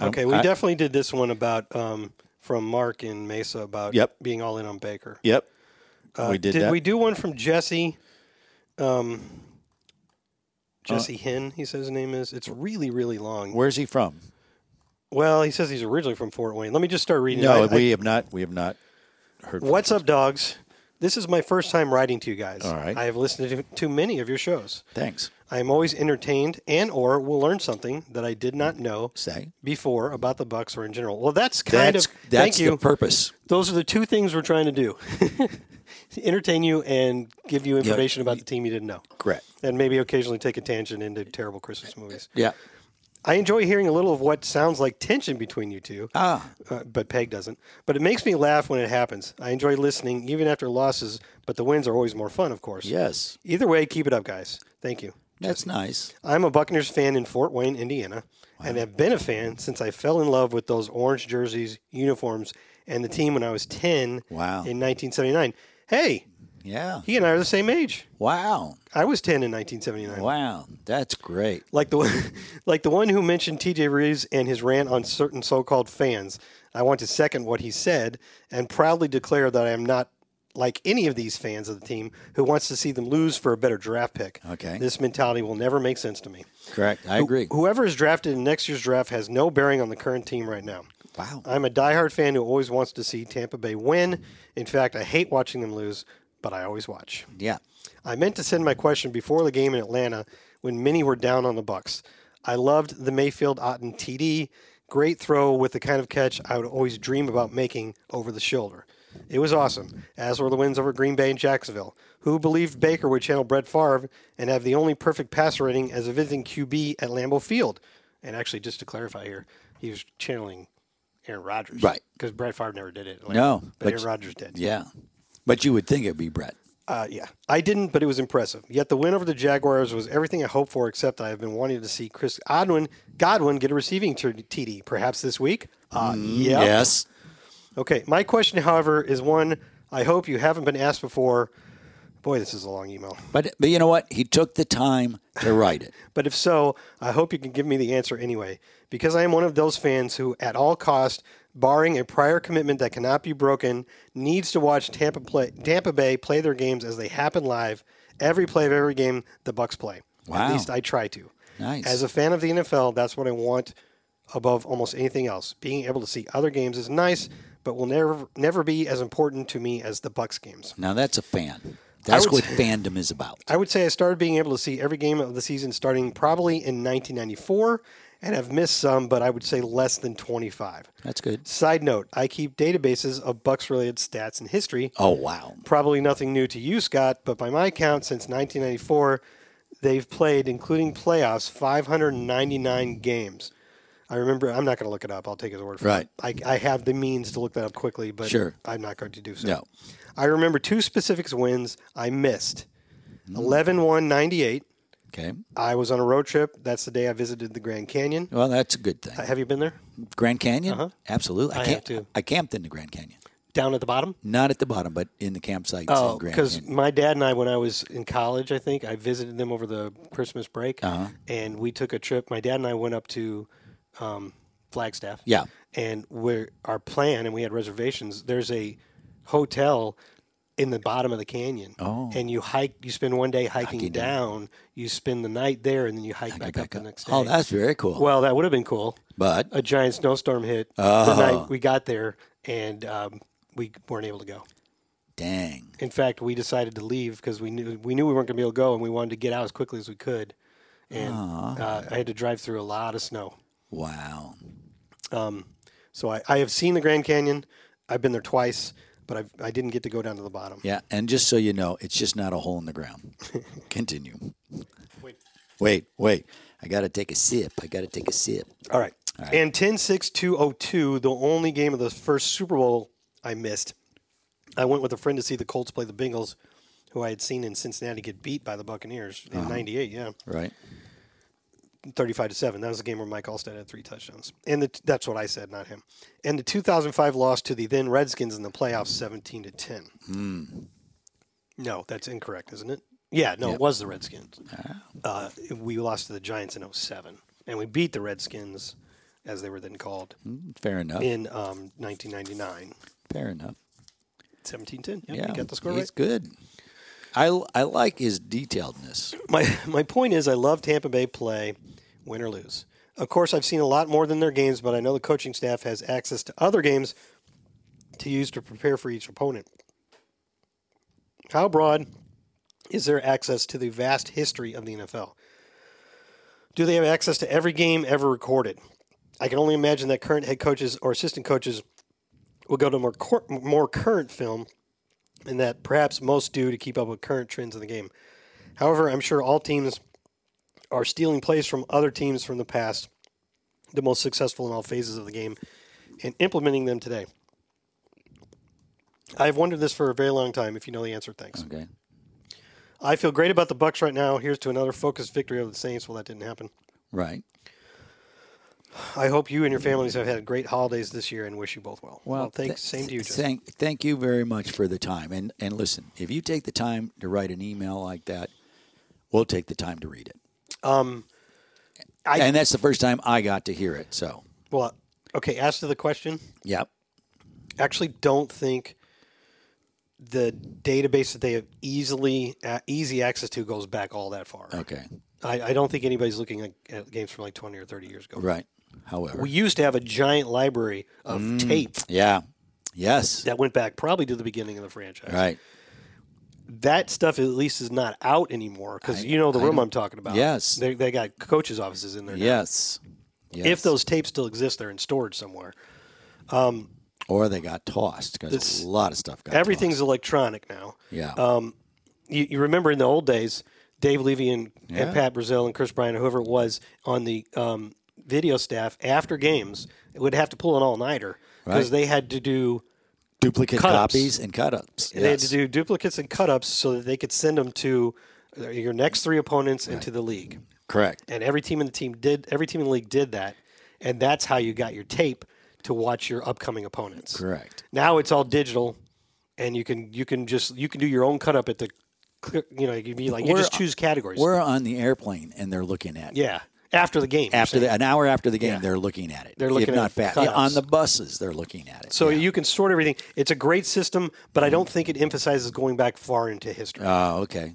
C: okay, we
D: I-
C: definitely did this one about um, from Mark in Mesa about
D: Yep.
C: being all in on Baker.
D: Yep. we Uh, did,
C: Did
D: that. Uh,
C: we do one from Jesse? Um, Jesse Hinn, he says his name is. It's really, really long.
D: Where's he from?
C: Well, he says he's originally from Fort Wayne. Let me just start reading.
D: No,
C: I- I-
D: we have not. We have not heard.
C: What's up, dogs? This is my first time writing to you guys. All
D: right.
C: I have listened to, to many of your shows.
D: Thanks.
C: I am always entertained and or will learn something that I did not know
D: Say.
C: before about the Bucks or in general. Well, that's kind
D: That's
C: of thank
D: that's the
C: you.
D: purpose.
C: Those are the two things we're trying to do. Entertain you and give you information about the team you didn't know.
D: Correct.
C: And maybe occasionally take a tangent into terrible Christmas movies.
D: Yeah.
C: I enjoy hearing a little of what sounds like tension between you two.
D: Ah.
C: Uh, but Peg doesn't. But it makes me laugh when it happens. I enjoy listening, even after losses, but the wins are always more fun, of course.
D: Yes.
C: Either way, keep it up, guys. Thank you.
D: That's nice.
C: I'm a Buccaneers fan in Fort Wayne, Indiana, and have been a fan since I fell in love with those orange jerseys, uniforms, and the team when I was 10
D: Wow.
C: in 1979. Hey,
D: Yeah.
C: he and I are the same age.
D: Wow.
C: I was 10 in 1979.
D: Wow. That's great.
C: like the one, like the one who mentioned T.J. Reeves and his rant on certain so-called fans. I want to second what he said and proudly declare that I am not like any of these fans of the team who wants to see them lose for a better draft pick.
D: Okay.
C: this mentality will never make sense to me.
D: Correct. I agree.
C: Whoever is drafted in next year's draft has no bearing on the current team right now.
D: Wow.
C: I'm a diehard fan who always wants to see Tampa Bay win. In fact, I hate watching them lose, but I always watch.
D: Yeah.
C: I meant to send my question before the game in Atlanta when many were down on the Bucks. I loved the Mayfield Otten TD, great throw with the kind of catch I would always dream about making over the shoulder. It was awesome, as were the wins over Green Bay and Jacksonville. Who believed Baker would channel Brett Favre and have the only perfect passer rating as a visiting QB at Lambeau Field? And actually, just to clarify here, he was channeling Aaron Rodgers.
D: Right.
C: Because Brett Favre never did it. at
D: No,
C: Lambeau, But,
D: but-
C: Aaron Rodgers did.
D: Yeah. But you would think it'd be Brett.
C: Uh, yeah, I didn't, but it was impressive. Yet the win over the Jaguars was everything I hoped for, except I have been wanting to see Chris Godwin, Godwin get a receiving tur- TD, perhaps this week. Uh, yeah.
D: Yes.
C: Okay. My question, however, is one I hope you haven't been asked before, Boy, this is a long email.
D: But but you know what? He took the time to write it.
C: But if so, I hope you can give me the answer anyway, because I am one of those fans who, at all cost, barring a prior commitment that cannot be broken, needs to watch Tampa play Tampa Bay play their games as they happen live. Every play of every game the Bucks play.
D: Wow.
C: At least I try to.
D: Nice.
C: As a fan of the NFL, that's what I want above almost anything else. Being able to see other games is nice, but will never never be as important to me as the Bucks games.
D: Now that's a fan. That's
C: would
D: what
C: say-
D: fandom is about.
C: I would say I started being able to see every game of the season starting probably in 1994, and I've missed some, but I would say less than 25.
D: That's good.
C: Side note, I keep databases of Bucks related stats and history.
D: Oh wow.
C: Probably nothing new to you, Scott, but by my count, since 1994, they've played, including playoffs, 599 games. I remember, I'm not going to look it up. I'll take his word for
D: Right.
C: it. I, I have the means to look that up quickly, but
D: Sure.
C: I'm not going to do so.
D: No.
C: I remember two specific wins I missed 11 1 98.
D: Okay.
C: I was on a road trip. That's the day I visited the Grand Canyon.
D: Well, that's a good thing.
C: Have you been there?
D: Grand Canyon? Absolutely.
C: Uh-huh. I
D: I,
C: have
D: can't,
C: too.
D: I camped in the Grand Canyon.
C: Down at the bottom?
D: Not at the bottom, but in the campsites
C: Oh,
D: in Grand
C: because
D: Canyon.
C: my dad and I, when I was in college, I think I visited them over the Christmas break,
D: Uh-huh.
C: and we took a trip. My dad and I went up to um, Flagstaff.
D: Yeah.
C: and we're our plan, and we had reservations. There's a hotel in the bottom of the canyon.
D: Oh.
C: and you hike. You spend one day hiking, down. You spend the night there, and then you hike back, up, the next day.
D: Oh, that's very cool.
C: well, that would have been cool.
D: but
C: A giant snowstorm hit the
D: Oh.
C: night we got there, and um, we weren't able to go.
D: dang.
C: In fact, we decided to leave because we knew we knew we weren't going to be able to go, and we wanted to get out as quickly as we could. And uh, I had to drive through a lot of snow.
D: Wow.
C: So I, I have seen the Grand Canyon. I've been there twice, but I've, I didn't get to go down to the bottom.
D: Yeah, and just so you know, it's just not a hole in the ground. Continue.
C: Wait.
D: Wait, wait. I got to take a sip. I got to take a sip.
C: All right. And 10 6 202, the only game of the first Super Bowl I missed. I went with a friend to see the Colts play the Bengals, who I had seen in Cincinnati get beat by the Buccaneers in 98. Yeah.
D: Right?
C: 35 to 7. That was the game where Mike Alstead had three touchdowns. And the, that's what I said, not him. And the 2005 loss to the then Redskins in the playoffs 17 to 10.
D: Hmm.
C: No, that's incorrect, isn't it? Yeah, no, it was the Redskins.
D: Ah.
C: Uh, we lost to the Giants in 07 and we beat the Redskins as they were then called
D: Fair enough.
C: in um, 1999.
D: Fair enough.
C: 17-10. Yeah,
D: Yeah.
C: you got the score
D: he's
C: right.
D: good. I, I like his detailedness.
C: my my point is I love Tampa Bay play, win or lose. Of course, I've seen a lot more than their games, but I know the coaching staff has access to other games to use to prepare for each opponent. How broad is their access to the vast history of the NFL? Do they have access to every game ever recorded? I can only imagine that current head coaches or assistant coaches will go to more cor- more current film, and that perhaps most do to keep up with current trends in the game. However, I'm sure all teams are stealing plays from other teams from the past, the most successful in all phases of the game, and implementing them today. I've wondered this for a very long time. If you know the answer, thanks.
D: Okay.
C: I feel great about the Bucks right now. Here's to another focused victory over the Saints. Well, that didn't happen.
D: Right.
C: I hope you and your families have had great holidays this year and wish you both well. Well, thanks.
D: th-
C: Same to you,
D: th-
C: Justin.
D: Thank, thank you very much for the time. And and listen, if you take the time to write an email like that, we'll take the time to read it.
C: Um, I-
D: and that's the first time I got to hear it. So,
C: Well, okay, as to the question,
D: yep.
C: actually don't think the database that they have easily uh, easy access to goes back all that far.
D: Okay.
C: I, I don't think anybody's looking at, at games from like 20 or 30 years ago.
D: Right. However,
C: We used to have a giant library of
D: Mm.
C: tape
D: yeah. Yes.
C: that went back probably to the beginning of the franchise.
D: Right.
C: That stuff at least is not out anymore because you know the room I'm talking about.
D: Yes.
C: They, they got coaches' offices in there. now.
D: Yes. yes.
C: If those tapes still exist, they're in storage somewhere.
D: or they got tossed because
C: This- um,
D: a lot of stuff got
C: Everything's electronic now.
D: tossed. Yeah.
C: you, you remember in the old days, Dave Levy and, and Pat Brazil and Chris Bryan, whoever it was on the um, video staff after games, would have to pull an all nighter because
D: Right.
C: they had to do
D: Duplicate
C: cut-ups.
D: copies and cut ups.
C: they had
D: Yes.
C: to do duplicates and cut ups so that they could send them to uh, your next three opponents and to the league.
D: Correct.
C: And every team in the team did every team in the league did that, and that's how you got your tape to watch your upcoming opponents.
D: Correct.
C: Now it's all digital, and you can you can just you can do your own cut up at the clear, you know, you'd be like, you
D: We're-
C: just choose categories.
D: We're on the airplane and they're looking at it.
C: yeah. After the game. you're
D: After
C: saying.
D: the, an hour after the game, they're looking at it.
C: They're looking at
D: if not fast. Yeah,
C: cutouts.
D: on the buses, they're looking at it.
C: So you can sort everything. It's a great system, but I
D: Mm-hmm.
C: don't think it emphasizes going back far into history.
D: oh, okay.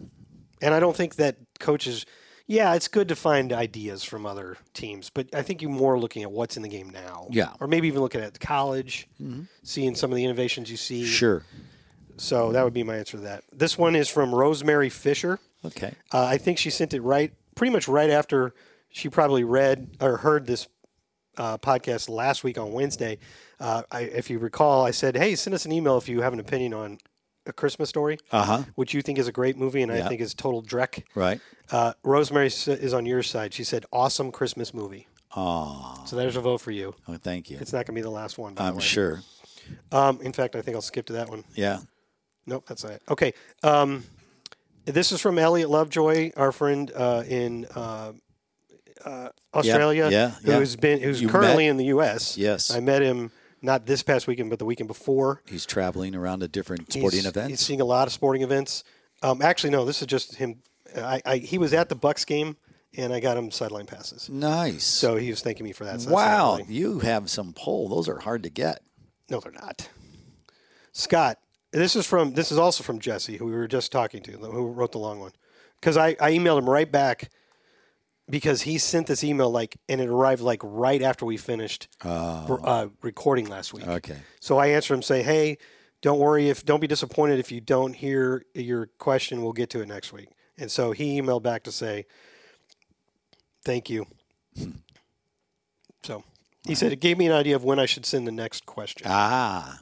C: And I don't think that coaches, yeah, it's good to find ideas from other teams, but I think you're more looking at what's in the game now.
D: Yeah.
C: Or maybe even looking at college, seeing some of the innovations you see.
D: Sure.
C: So that would be my answer to that. This one is from Rosemary Fisher.
D: Okay.
C: Uh, I think she sent it right, pretty much right after she probably read or heard this uh, podcast last week on Wednesday. Uh, I, if you recall, I said, "Hey, send us an email if you have an opinion on a Christmas Story,
D: Uh-huh.
C: which you think is a great movie, and I
D: Yeah.
C: think is total dreck."
D: Right.
C: Uh, Rosemary s- is on your side. She said, "Awesome Christmas movie."
D: Oh,
C: So there's a vote for you.
D: oh, thank you.
C: It's not going to be the last one. By the
D: I'm
C: way.
D: sure.
C: Um, in fact, I think I'll skip to that one.
D: Yeah.
C: Nope, that's not it. Okay. Um, this is from Elliot Lovejoy, our friend uh, in uh, uh, Australia,
D: yeah, yeah.
C: who's been who's
D: You
C: currently
D: met-
C: in the U.S.
D: Yes.
C: I met him not this past weekend, but the weekend before.
D: He's traveling around to different sporting
C: he's, He's
D: events.
C: seeing a lot of sporting events. Um, actually, no, this is just him. I, I he was at the Bucks game, and I got him sideline passes.
D: Nice.
C: So he was thanking me for that. So that's not
D: wow,
C: really-
D: you have some pull. Those are hard to get.
C: No, they're not. Scott, this is from this is also from Jesse, who we were just talking to, who wrote the long one. Because I, I emailed him right back because he sent this email like and it arrived like right after we finished br- uh, recording last week.
D: Oh. Okay.
C: So I answer him, say, "Hey, don't worry if don't be disappointed if you don't hear your question. We'll get to it next week." And so he emailed back to say, "Thank you." so he said it gave me an idea of when I should send the next question.
D: Ah,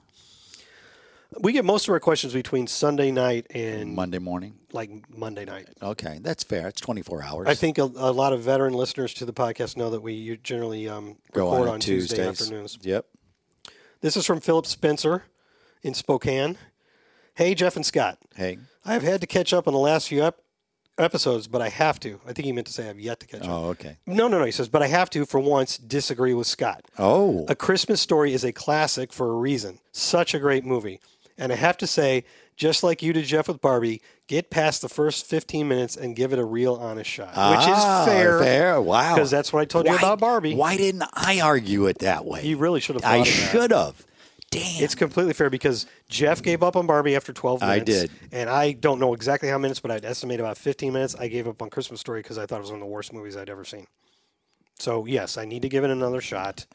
C: We get most of our questions between Sunday night and
D: Monday morning.
C: like Monday night.
D: Okay, that's fair. It's 24 hours.
C: I think a, a lot of veteran listeners to the podcast know that we u- generally um,
D: Go
C: record
D: on,
C: on,
D: at
C: Tuesday
D: Tuesdays.
C: afternoons.
D: Yep.
C: This is from Philip Spencer in Spokane. Hey, Jeff and Scott.
D: Hey.
C: I have had to catch up on the last few ep- episodes, but I have to. I think he meant to say I've yet to catch up.
D: Oh, okay.
C: No, no, no. He says, but I have to, for once, disagree with Scott.
D: Oh,
C: A Christmas Story is a classic for a reason. Such a great movie. And I have to say, just like you did, Jeff, with Barbie, get past the first 15 minutes and give it a real honest shot, which
D: Ah,
C: is fair.
D: Fair. Wow.
C: Because that's what I told you
D: Why-
C: about Barbie.
D: Why didn't I argue it that way?
C: You really should have thought
D: I
C: of that.
D: should have. Damn.
C: It's completely fair because Jeff gave up on Barbie after 12
D: I
C: minutes.
D: did.
C: And I don't know exactly how minutes, but I'd estimate about 15 minutes. I gave up on Christmas Story because I thought it was one of the worst movies I'd ever seen. So, yes, I need to give it another shot,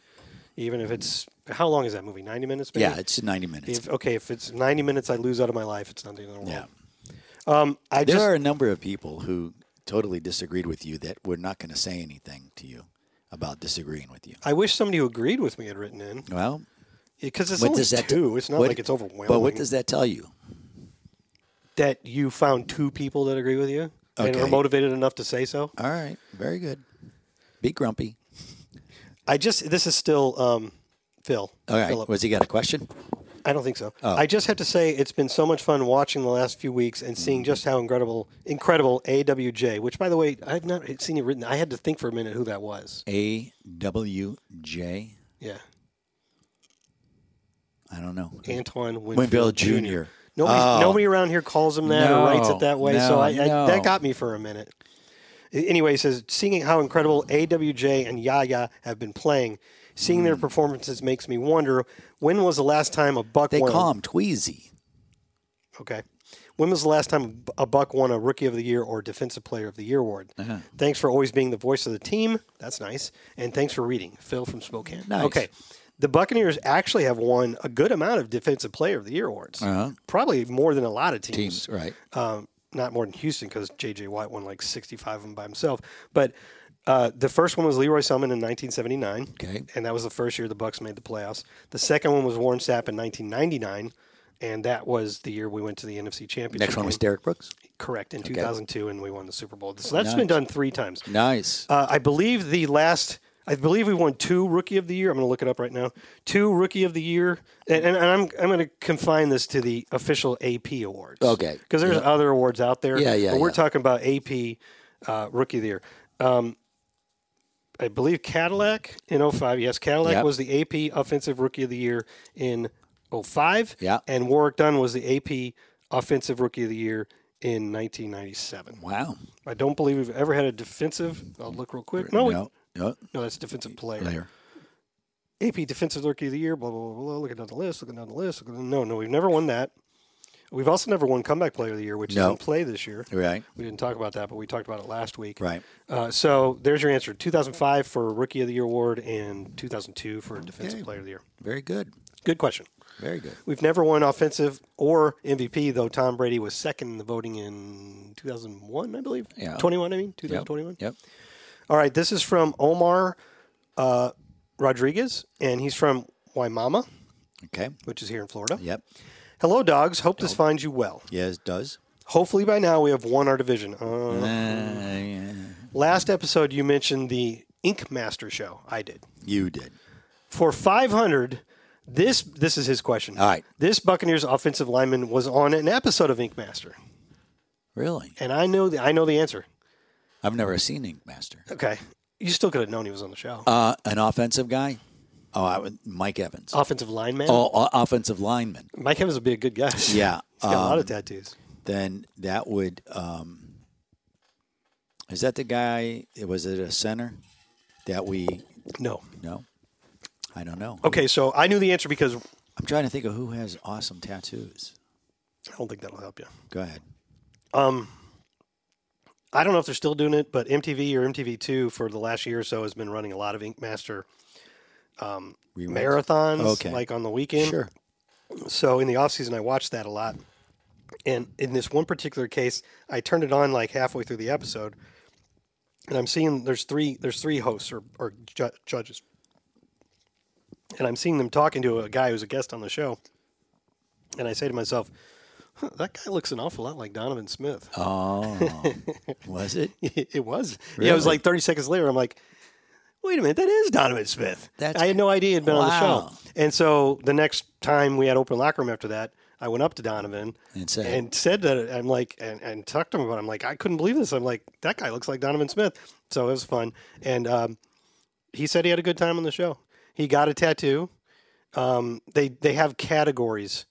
C: even if it's. How long is that movie? 90 minutes? Maybe?
D: yeah, it's 90 minutes.
C: If, okay, if it's 90 minutes I lose out of my life, it's not the end of the world.
D: Yeah.
C: Um, I
D: There
C: just,
D: are a number of people who totally disagreed with you that were not going to say anything to you about disagreeing with you.
C: I wish somebody who agreed with me had written in
D: Well,
C: because it's
D: what
C: only
D: does that
C: two. It's not
D: what-
C: like it's overwhelming.
D: But what does that tell you?
C: that you found two people that agree with you and are
D: Okay.
C: motivated enough to say so?
D: All right, very good. Be grumpy.
C: I just this is still um, Phil.
D: All right,
C: Philip.
D: was he got a question?
C: I don't think so.
D: Oh.
C: I just have to say it's been so much fun watching the last few weeks and
D: Mm-hmm.
C: seeing just how incredible, incredible AWJ. Which, by the way, I've not seen it written. I had to think for a minute who that was.
D: A W J.
C: Yeah,
D: I don't know.
C: Antoine
D: Winfield
C: Winfield,
D: Jr.
C: Nobody,
D: Oh.
C: nobody around here calls him that or writes it
D: No,
C: that way. so
D: no,
C: I, I, that
D: no.
C: got me for a minute. A- Anyway, he says, seeing how incredible AWJ and Yaya have been playing, seeing
D: Mm.
C: their performances makes me wonder when was the last time a Buck
D: They
C: won?
D: call him Tweezy.
C: Okay. When was the last time a Buck won a Rookie of the Year or Defensive Player of the Year award?
D: Uh-huh.
C: Thanks for always being the voice of the team. That's nice. And thanks for reading. Phil from Spokane.
D: Nice.
C: Okay. The Buccaneers actually have won a good amount of Defensive Player of the Year awards.
D: Uh-huh.
C: Probably more than a lot of
D: Teams, right?
C: um, not more than Houston because J.J. Watt won like 65 of them by himself. But uh, the first one was Leroy Selman in 1979.
D: Okay.
C: And that was the first year the Bucks made the playoffs. The second one was Warren Sapp in 1999. And that was the year we went to the NFC Championship.
D: Next one was
C: game.
D: Derek Brooks.
C: Correct, in 2002, and we won the Super Bowl. So that's been done three times.
D: Nice.
C: Uh, I believe the last. I believe we won two Rookie of the Year. I'm going to look it up right now. Two Rookie of the Year, and, and, and I'm I'm going to confine this to the official AP awards.
D: Okay.
C: Because there's other awards out there.
D: Yeah, yeah,
C: But we're
D: yeah.
C: talking about AP uh, Rookie of the Year. Um, I believe Cadillac in 05. Yes, Cadillac
D: Yep.
C: was the AP Offensive Rookie of the Year in 05.
D: Yeah.
C: And Warwick Dunn was the AP Offensive Rookie of the Year in 1997.
D: Wow.
C: I don't believe we've ever had a defensive. I'll look real quick. No, we-
D: No. No.
C: no, that's defensive player.
D: Layer.
C: AP Defensive Rookie of the Year. Blah blah blah. blah. Looking down the list. Looking down the list. Looking no, no, we've never won that. We've also never won Comeback Player of the Year, which
D: No.
C: is in play this year.
D: Right.
C: We didn't talk about that, but we talked about it last week.
D: Right.
C: Uh, so there's your answer. 2005 for Rookie of the Year award and 2002 for Defensive
D: Okay.
C: Player of the Year.
D: Very good.
C: Good question.
D: Very good.
C: We've never won offensive or MVP, though Tom Brady was second in the voting in 2001, I believe.
D: Yeah.
C: 21, I mean,
D: Yep.
C: 2021.
D: Yep.
C: All right, this is from Omar uh, Rodriguez, and he's from Waimama,
D: Okay.
C: which is here in Florida.
D: Yep.
C: Hello, dogs. Hope this finds you well.
D: Yes, does.
C: Hopefully, by now we have won our division. Uh,
D: Uh, yeah.
C: Last episode, you mentioned the Ink Master show. I did.
D: You did.
C: for 500 this this is his question
D: All right.
C: this buccaneers offensive lineman was on an episode of ink master
D: Really?
C: and i know the, i know the answer
D: I've never seen Ink Master.
C: okay you still could have known he was on the show
D: Uh, an offensive guy? Oh, I would, Mike Evans.
C: offensive lineman
D: Oh, o- offensive lineman.
C: mike evans would be a good guy
D: Yeah.
C: he's got a lot
D: um,
C: of tattoos
D: then that would um, is that the guy was it a center that we
C: no
D: no i don't know
C: okay so i knew the answer because i
D: i'm trying to think of who has awesome tattoos
C: don't think that'll help you
D: go ahead
C: um i don't know if they're still doing it but mtv or mtv2 for the last year or so has been running a lot of ink master
D: Reruns.
C: marathons
D: Okay.
C: like on the weekend
D: sure
C: so in the off season, I watched that a lot. And in this one particular case, I turned it on like halfway through the episode, and I'm seeing there's three there's three hosts or, or ju- judges, and I'm seeing them talking to a guy who's a guest on the show, and I say to myself, huh, "That guy looks an awful lot like Donovan Smith."
D: oh was it
C: it was yeah, it was
D: Really?
C: like 30 seconds later. I'm like, wait a minute, that is Donovan Smith.
D: That's-
C: I had no idea he'd been on
D: Wow.
C: the show. And so the next time we had open locker room after that, I went up to Donovan
D: And said-
C: and said that I'm like and, and talked to him about. It. I'm like, I couldn't believe this. I'm like, that guy looks like Donovan Smith. So it was fun. And um, he said he had a good time on the show. He got a tattoo. Um, they they have categories.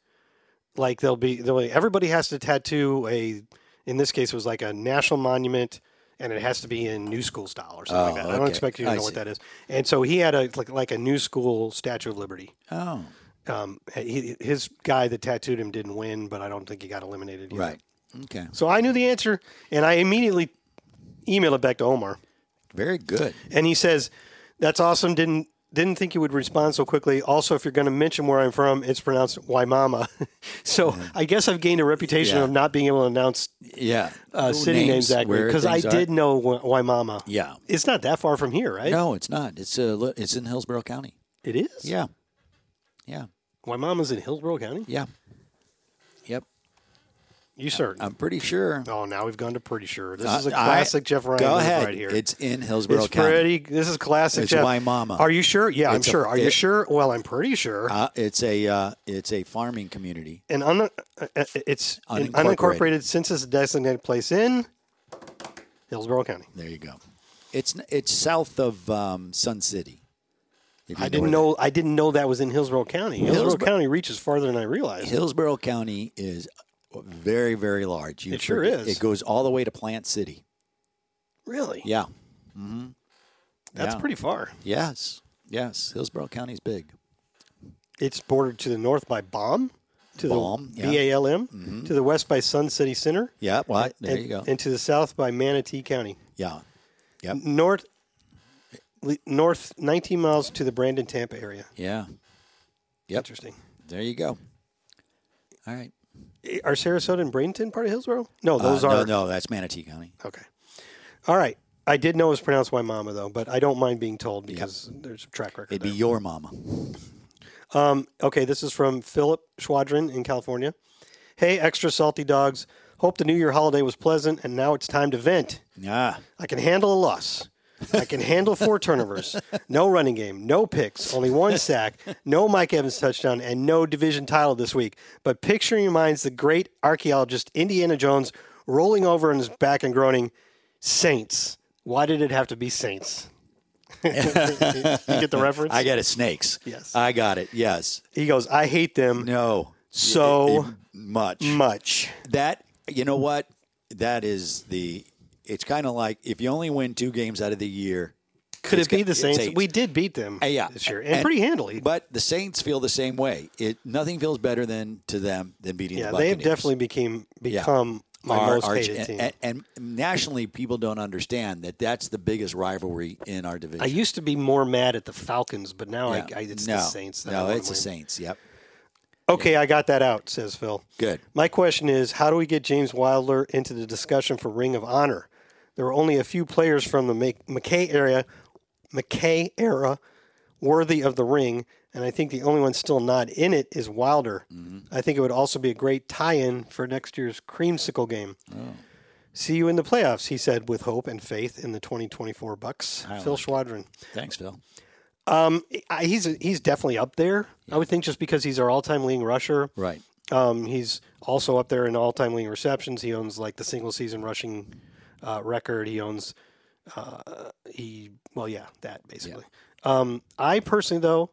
C: Like they'll be they'll be, everybody has to tattoo a in this case it was like a national monument and it has to be in new school style or something like
D: Oh,
C: that. I don't
D: okay.
C: expect you to
D: I
C: know
D: see.
C: what that is. And so he had a like like a new school Statue of Liberty.
D: oh
C: Um, he, his guy that tattooed him didn't win, but I don't think he got eliminated. Either.
D: right okay
C: So I knew the answer, and I immediately emailed it back to Omar,
D: very good
C: and he says, "That's awesome. Didn't didn't think you would respond so quickly. Also, if you're going to mention where I'm from, it's pronounced Waimama. so I guess I've gained a reputation
D: Mm-hmm.
C: of
D: Yeah.
C: not being able to announce
D: yeah
C: uh, city names accurately
D: where
C: because I
D: things are.
C: did know Wa- Waimama.
D: yeah
C: It's not that far from here, right?
D: no it's not it's uh, li- it's in hillsborough county
C: It is.
D: yeah yeah
C: Waimama's in Hillsborough County.
D: yeah yep
C: You certain?
D: i'm pretty sure
C: oh, now we've gone to pretty sure. This is a
D: Uh, Um, I-
C: classic Jeff Ryan
D: Go
C: move
D: ahead.
C: right here.
D: It's in Hillsborough
C: It's
D: County.
C: pretty. This is classic
D: It's
C: Jeff.
D: Waimama.
C: Are you sure? Yeah, I'm
D: It's a-
C: sure. Are you
D: it-
C: sure? Well, I'm pretty sure.
D: Uh, it's a uh, it's a farming community.
C: and un- uh, uh, it's an
D: Unincorporated.
C: unincorporated census designated place in Hillsborough County.
D: There you go. It's n- it's south of um, Sun City. If you
C: I didn't
D: where
C: know. I didn't know that was in Hillsborough County. Hillsborough
D: Hillsborough-
C: County reaches farther than I
D: that-
C: realized.
D: Hillsborough County is very very large. You
C: It sure
D: forget-
C: is.
D: It goes all the way to Plant City.
C: Really?
D: Yeah.
C: Mm-hmm. That's
D: yeah.
C: pretty far.
D: Yes. Yes. Hillsborough County's big.
C: It's bordered to the north by Baum, to
D: Baum,
C: the
D: yeah.
C: B A L M, to the west by Sun City Center.
D: Yeah. What? There
C: and,
D: you go.
C: And to the south by Manatee County.
D: yeah. Yep.
C: North, le- north 19 miles to the Brandon Tampa area.
D: Yeah. Yep.
C: Interesting.
D: There you go. All right.
C: I- Eh, Are Sarasota and Bradenton part of Hillsborough? No,
D: Uh,
C: those are.
D: no, no. That's Manatee County.
C: Okay. All right. I did know it was pronounced Waimama, though, but I don't mind being told because there's a track record.
D: It'd be
C: there.
D: your mama.
C: Um, okay, this is from Philip Schwadron in California. Hey, extra salty dogs. Hope the New Year holiday was pleasant, and now it's time to vent.
D: Yeah.
C: I can handle a loss. I can handle four turnovers, no running game, no picks, only one sack, no Mike Evans touchdown, and no division title this week. But picture in your minds the great archaeologist Indiana Jones rolling over on his back and groaning, Saints. Why did it have to be Saints? you get the reference?
D: I got it. Snakes.
C: Yes.
D: I got it. Yes.
C: he goes, I hate them
D: No.
C: so
D: It- it- much.
C: much.
D: That you know what? that is the. It's kind of like if you only win two games out of the year.
C: Could
D: it's
C: it be
D: got-
C: the
D: it's
C: Saints?
D: eight.
C: We did beat them
D: Uh, yeah,
C: this year, and, pretty handily.
D: But the Saints feel the same way. It nothing feels better than to them than beating.
C: yeah,
D: the
C: they have
D: Buccaneers.
C: definitely became become my
D: Our-
C: most
D: our-
C: hated team.
D: and, and, and nationally, people don't understand that that's the biggest rivalry in our division.
C: I used to be more mad at the Falcons, but now
D: Yeah.
C: I, I, it's
D: no,
C: the Saints. that I
D: No,
C: wanna
D: it's the
C: win.
D: Saints. Yep.
C: Okay, I got that out, says Phil.
D: Good.
C: My question is how do we get James Wilder into the discussion for Ring of Honor? There were only a few players from the Ma- McKay area, McKay era worthy of the ring, and I think the only one still not in it is Wilder.
D: Mm-hmm.
C: I think it would also be a great tie-in for next year's creamsicle game.
D: Oh.
C: See you in the playoffs, he said with hope and faith in the 2024 Bucks. Phil Schwadron.
D: Thanks, Phil.
C: Um, I- he's he's definitely up there. I would think just because he's our all-time leading rusher.
D: Right.
C: Um, he's also up there in all-time leading receptions. He owns like the single-season rushing uh, record. He owns uh, he well, yeah, that basically. Um, I personally though,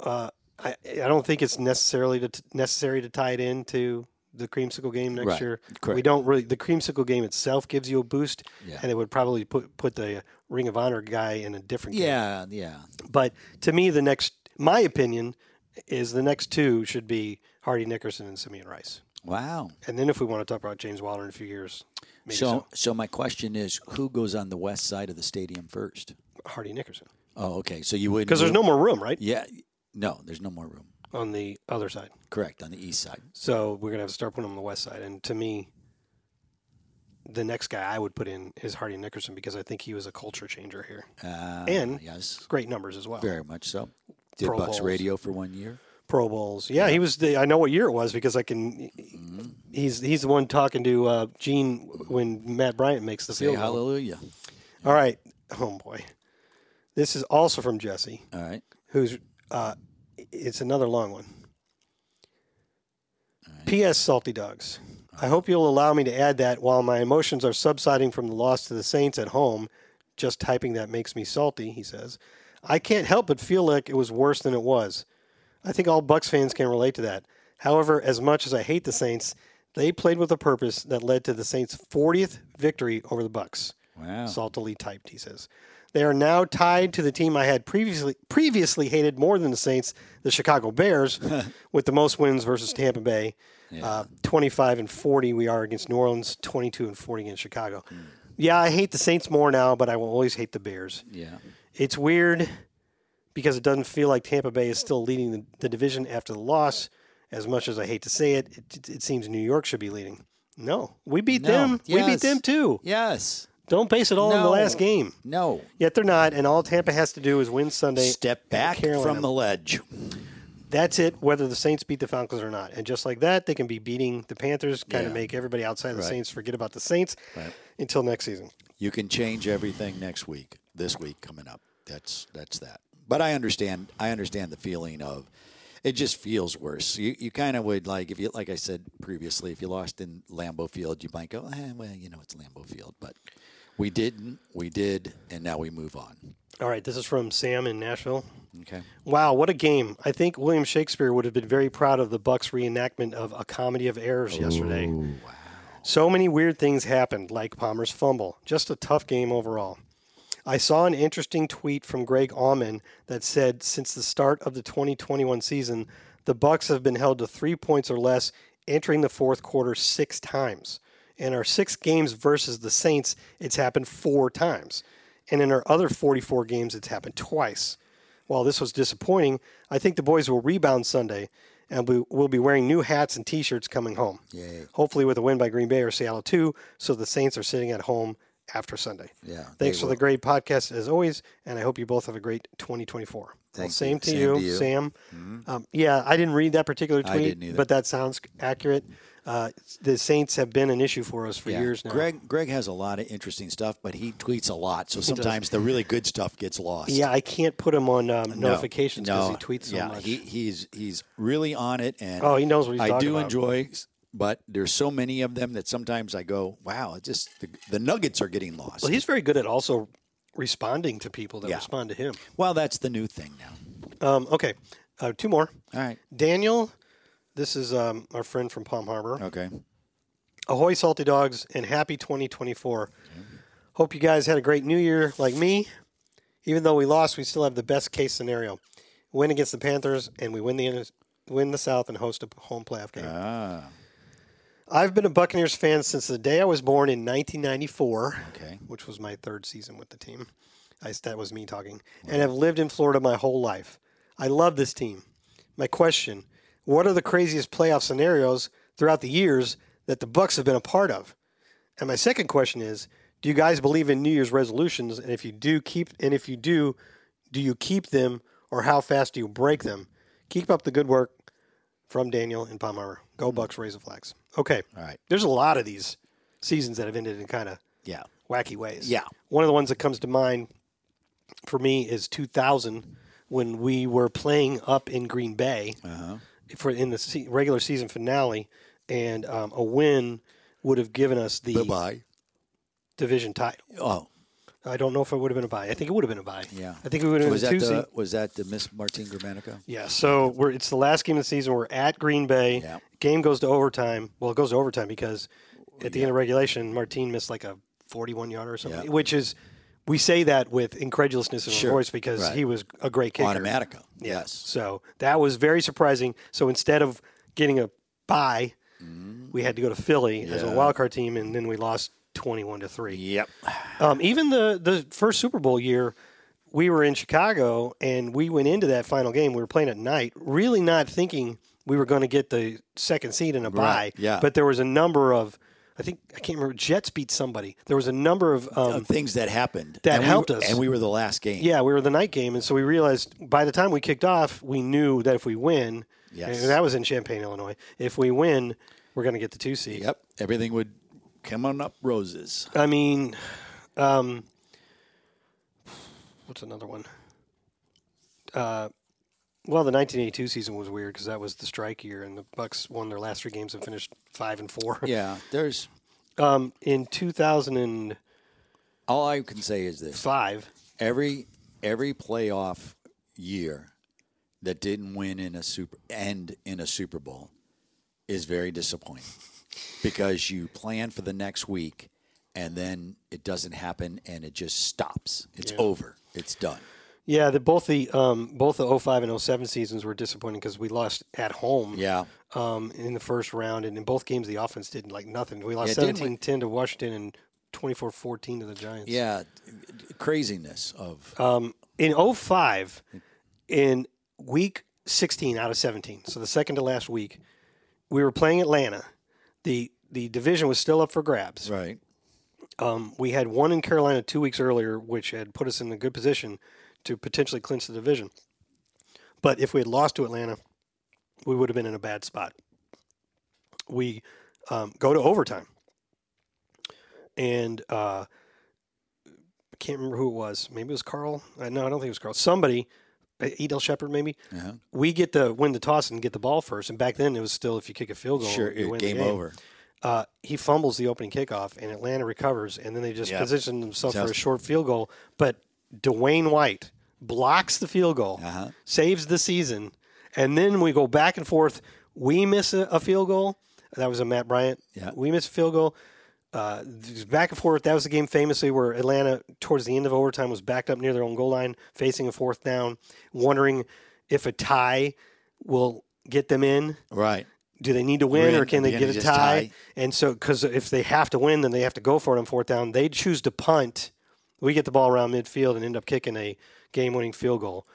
C: uh, I I don't think it's necessarily to necessary to tie it into the creamsicle game next
D: Right.
C: year.
D: Correct.
C: We don't really the creamsicle game itself gives you a boost,
D: Yeah.
C: and it would probably put put the Ring of Honor guy in a different game.
D: Yeah. Yeah.
C: But to me, the next, my opinion is the next two should be Hardy Nickerson and Simeon Rice.
D: Wow.
C: And then if we want to talk about James Wilder in a few years, maybe
D: So,
C: so,
D: so, my question is, who goes on the west side of the stadium first?
C: Hardy Nickerson.
D: Oh, okay. So you would
C: Because there's no more room, right?
D: Yeah. No, there's no more room.
C: On the other side.
D: Correct on the east side.
C: So we're going to have to start putting them on the west side. And to me, the next guy I would put in is Hardy Nickerson because I think he was a culture changer here.
D: Uh,
C: And-
D: yes,
C: Great numbers as well.
D: very much so. Did
C: Pro
D: Bucks
C: Bowls.
D: radio for one year.
C: Pro Bowls. Yeah, he was. The, I know what year it was because I can.
D: Mm-hmm.
C: He's he's the one talking to uh, Gene when Matt Bryant makes the
D: Say
C: field. goal.
D: hallelujah.
C: All right. Oh boy. This is also from Jesse,
D: All right.
C: who's uh, it's another long one. P.S. Salty Dogs. I hope you'll allow me to add that while my emotions are subsiding from the loss to the Saints at home, just typing that makes me salty, he says. I can't help but feel like it was worse than it was. I think all Bucks fans can relate to that. However, as much as I hate the Saints, they played with a purpose that led to the Saints' 40th victory over the Bucks
D: Wow.
C: saltily typed. He says they are now tied to the team I had previously previously hated more than the Saints, the Chicago Bears, with the most wins versus Tampa Bay, uh, twenty five and forty. We are against New Orleans, twenty two and forty against Chicago. Yeah, I hate the Saints more now, but I will always hate the Bears.
D: yeah.
C: It's weird because it doesn't feel like Tampa Bay is still leading the, the division after the loss. As much as I hate to say it, it, it seems New York should be leading. No, we beat
D: No.
C: them. We beat
D: Yes.
C: them too.
D: Yes.
C: Don't base it all on the
D: No.
C: last game.
D: No.
C: Yet they're not, and all Tampa has to do is win Sunday.
D: Step
C: at
D: back
C: Carolina.
D: from the ledge.
C: That's it, whether the Saints beat the Falcons or not. And just like that, they can be beating the Panthers, kind of
D: Yeah.
C: make everybody outside the
D: Right.
C: Saints forget about the Saints
D: Right.
C: until next season.
D: You can change everything next week. This week coming up. That's that's that. But I understand. I understand the feeling of it. Just feels worse. You you kind of would like if you like I said previously. If you lost in Lambeau Field, you might go, eh, well, you know, it's Lambeau Field. But we didn't. We did, and now we move on.
C: All right, this is from Sam in Nashville.
D: Okay.
C: Wow, what a game. I think William Shakespeare would have been very proud of the Bucks reenactment of A Comedy of Errors yesterday. So many weird things happened, like Palmer's fumble. Just a tough game overall. I saw an interesting tweet from Greg Allman that said since the start of the 2021 season, the Bucks have been held to 3 points or less entering the fourth quarter 6 times. In our 6 games versus the Saints, it's happened 4 times. And in our other 44 games, it's happened twice. While this was disappointing, I think the boys will rebound Sunday and we will be wearing new hats and t-shirts coming home. Hopefully with a win by Green Bay or Seattle too, so the Saints are sitting at home after Sunday.
D: Yeah.
C: Thanks
D: they
C: for
D: were-
C: the great podcast as always, and I hope you both have a great 2024. Well,
D: Thank you.
C: same to
D: Same
C: you,
D: to you. Mm-hmm.
C: Sam. Um, yeah, I didn't read that particular
D: I
C: tweet,
D: didn't either.
C: but that sounds accurate. Uh, the Saints have been an issue for us for
D: Yeah.
C: years now.
D: Greg Greg has a lot of interesting stuff, but he tweets a lot, so sometimes the really good stuff gets lost.
C: yeah, I can't put him on um,
D: No,
C: notifications because
D: no,
C: he tweets so
D: yeah,
C: much.
D: He, he's he's really on it, and
C: Oh, he knows what he's
D: I
C: talking
D: do
C: about.
D: enjoy, but there's so many of them that sometimes I go, "Wow, it just the, the nuggets are getting lost."
C: well, he's very good at also responding to people that
D: Yeah.
C: respond to him.
D: well, that's the new thing now.
C: Um, okay, uh, two more.
D: All right,
C: Daniel, this is um, our friend from Palm Harbor.
D: okay,
C: Ahoy, salty dogs, and happy 2024. Hope you guys had a great new year like me. Even though we lost, we still have the best case scenario. Win against the Panthers, and we win the win the South and host a home playoff game.
D: Ah,
C: I've been a Buccaneers fan since the day I was born in 1994,
D: okay.
C: which was my third season with the team. I, that was me talking. And have lived in Florida my whole life. I love this team. My question: What are the craziest playoff scenarios throughout the years that the Bucks have been a part of? And my second question is: Do you guys believe in New Year's resolutions? And if you do, keep and if you do, do you keep them or how fast do you break them? Keep up the good work from Daniel and Palm Harbor. Go Bucks, raise the flags. Okay,
D: Hmm. All right.
C: there's a lot of these seasons that have ended in kind of
D: Yeah.
C: wacky ways.
D: Yeah.
C: One of the ones that comes to mind for me is 2000 when we were playing up in Green Bay
D: Uh-huh.
C: for in the se- regular season finale, and um, a win would have given us the
D: Bye-bye.
C: division title.
D: Oh,
C: I don't know if it would have been a bye. I think it would have been a bye.
D: Yeah.
C: I think we would have
D: was
C: been a two
D: that
C: seed.
D: the was that the Miss Martine Gramatica?
C: Yeah, so we're it's the last game of the season. We're at Green Bay.
D: Yeah.
C: Game goes to overtime. Well, it goes to overtime because at the end of regulation, Martin missed like a 41 yarder or something,
D: Yeah.
C: which is we say that with incredulousness in our
D: Sure,
C: voice because
D: right.
C: he was a great kicker.
D: Automatica. Yes.
C: So that was very surprising. So instead of getting a bye, we had to go to Philly as a
D: Mm-hmm. Yeah.
C: wild card team, and then we lost 21 to three.
D: Yep.
C: Um, even the the first Super Bowl year, we were in Chicago and we went into that final game. We were playing at night, really not thinking we were going to get the second seed in a bye.
D: Right, yeah.
C: But there was a number of, I think I can't remember. Jets beat somebody. There was a number of. Um,
D: Things that happened
C: that
D: And we
C: helped
D: were-
C: us.
D: and we were the last game.
C: yeah, we were the night game, and so we realized by the time we kicked off, we knew that if we win,
D: Yes.
C: and that was in Champaign, Illinois. If we win, we're going to get the two seed.
D: Yep. Everything would come on up roses.
C: I mean, um, what's another one? Uh, well, the 1982 season was weird because that was the strike year, and the Bucks won their last three games and finished five and four.
D: Yeah. There's
C: Um, in 2005,
D: all I can say is this: every every playoff year that didn't win in a super end in a Super Bowl is very disappointing because you plan for the next week and then it doesn't happen and it just stops. It's over. It's done.
C: yeah, the, both the um, both the 05 and 07 seasons were disappointing because we lost at home.
D: Yeah.
C: Um, in the first round, and in both games, the offense did like nothing. We lost
D: Yeah, it didn't
C: 17 10 to Washington and 24 14 to the Giants.
D: Yeah. Craziness of
C: Um, in 05, in week 16 out of 17, so the second to last week, we were playing Atlanta. The the division was still up for grabs.
D: right.
C: Um, we had one in Carolina two weeks earlier, which had put us in a good position to potentially clinch the division. But if we had lost to Atlanta, we would have been in a bad spot. We um, go to overtime, and uh, I can't remember who it was. Maybe it was Carl. Uh, no, I don't think it was Carl. Somebody, uh, Edel Shepard, maybe.
D: Uh-huh.
C: We get to win the toss and get the ball first. And back then, it was still if you kick a field goal,
D: Sure.
C: you win
D: It,
C: the
D: game over.
C: uh, he fumbles the opening kickoff, and Atlanta recovers, and then they just
D: Yeah.
C: position themselves for a
D: Just-
C: short field goal. But Dwayne White blocks the field goal,
D: Uh-huh.
C: saves the season, and then we go back and forth. We miss a, a field goal. That was a Matt Bryant.
D: Yeah.
C: We miss a field goal. Uh, th- back and forth. That was the game famously where Atlanta, towards the end of overtime, was backed up near their own goal line, facing a fourth down, wondering if a tie will get them in
D: Right.
C: do they need to win
D: in
C: or
D: at
C: can
D: the
C: they
D: end,
C: get a
D: just
C: tie?
D: tie.
C: And so, because if they have to win, then they have to go for it on fourth down. They choose to punt. We get the ball around midfield and end up kicking a game-winning field goal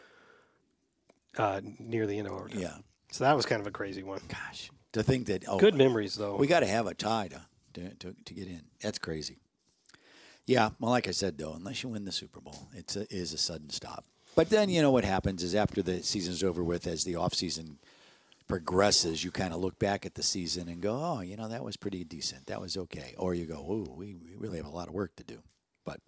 C: uh, near the end of overtime.
D: Yeah.
C: So that was kind of a crazy one.
D: Gosh. To think that oh
C: Good memories though.
D: We got to have a tie to, to, to, to get in. That's crazy. Yeah, well, like I said, though, unless you win the Super Bowl, it's a, is a sudden stop. But then you know what happens is after the season's over with, as the off season progresses, you kind of look back at the season and go, oh, you know, that was pretty decent. That was okay. Or you go, ooh, we, we really have a lot of work to do. But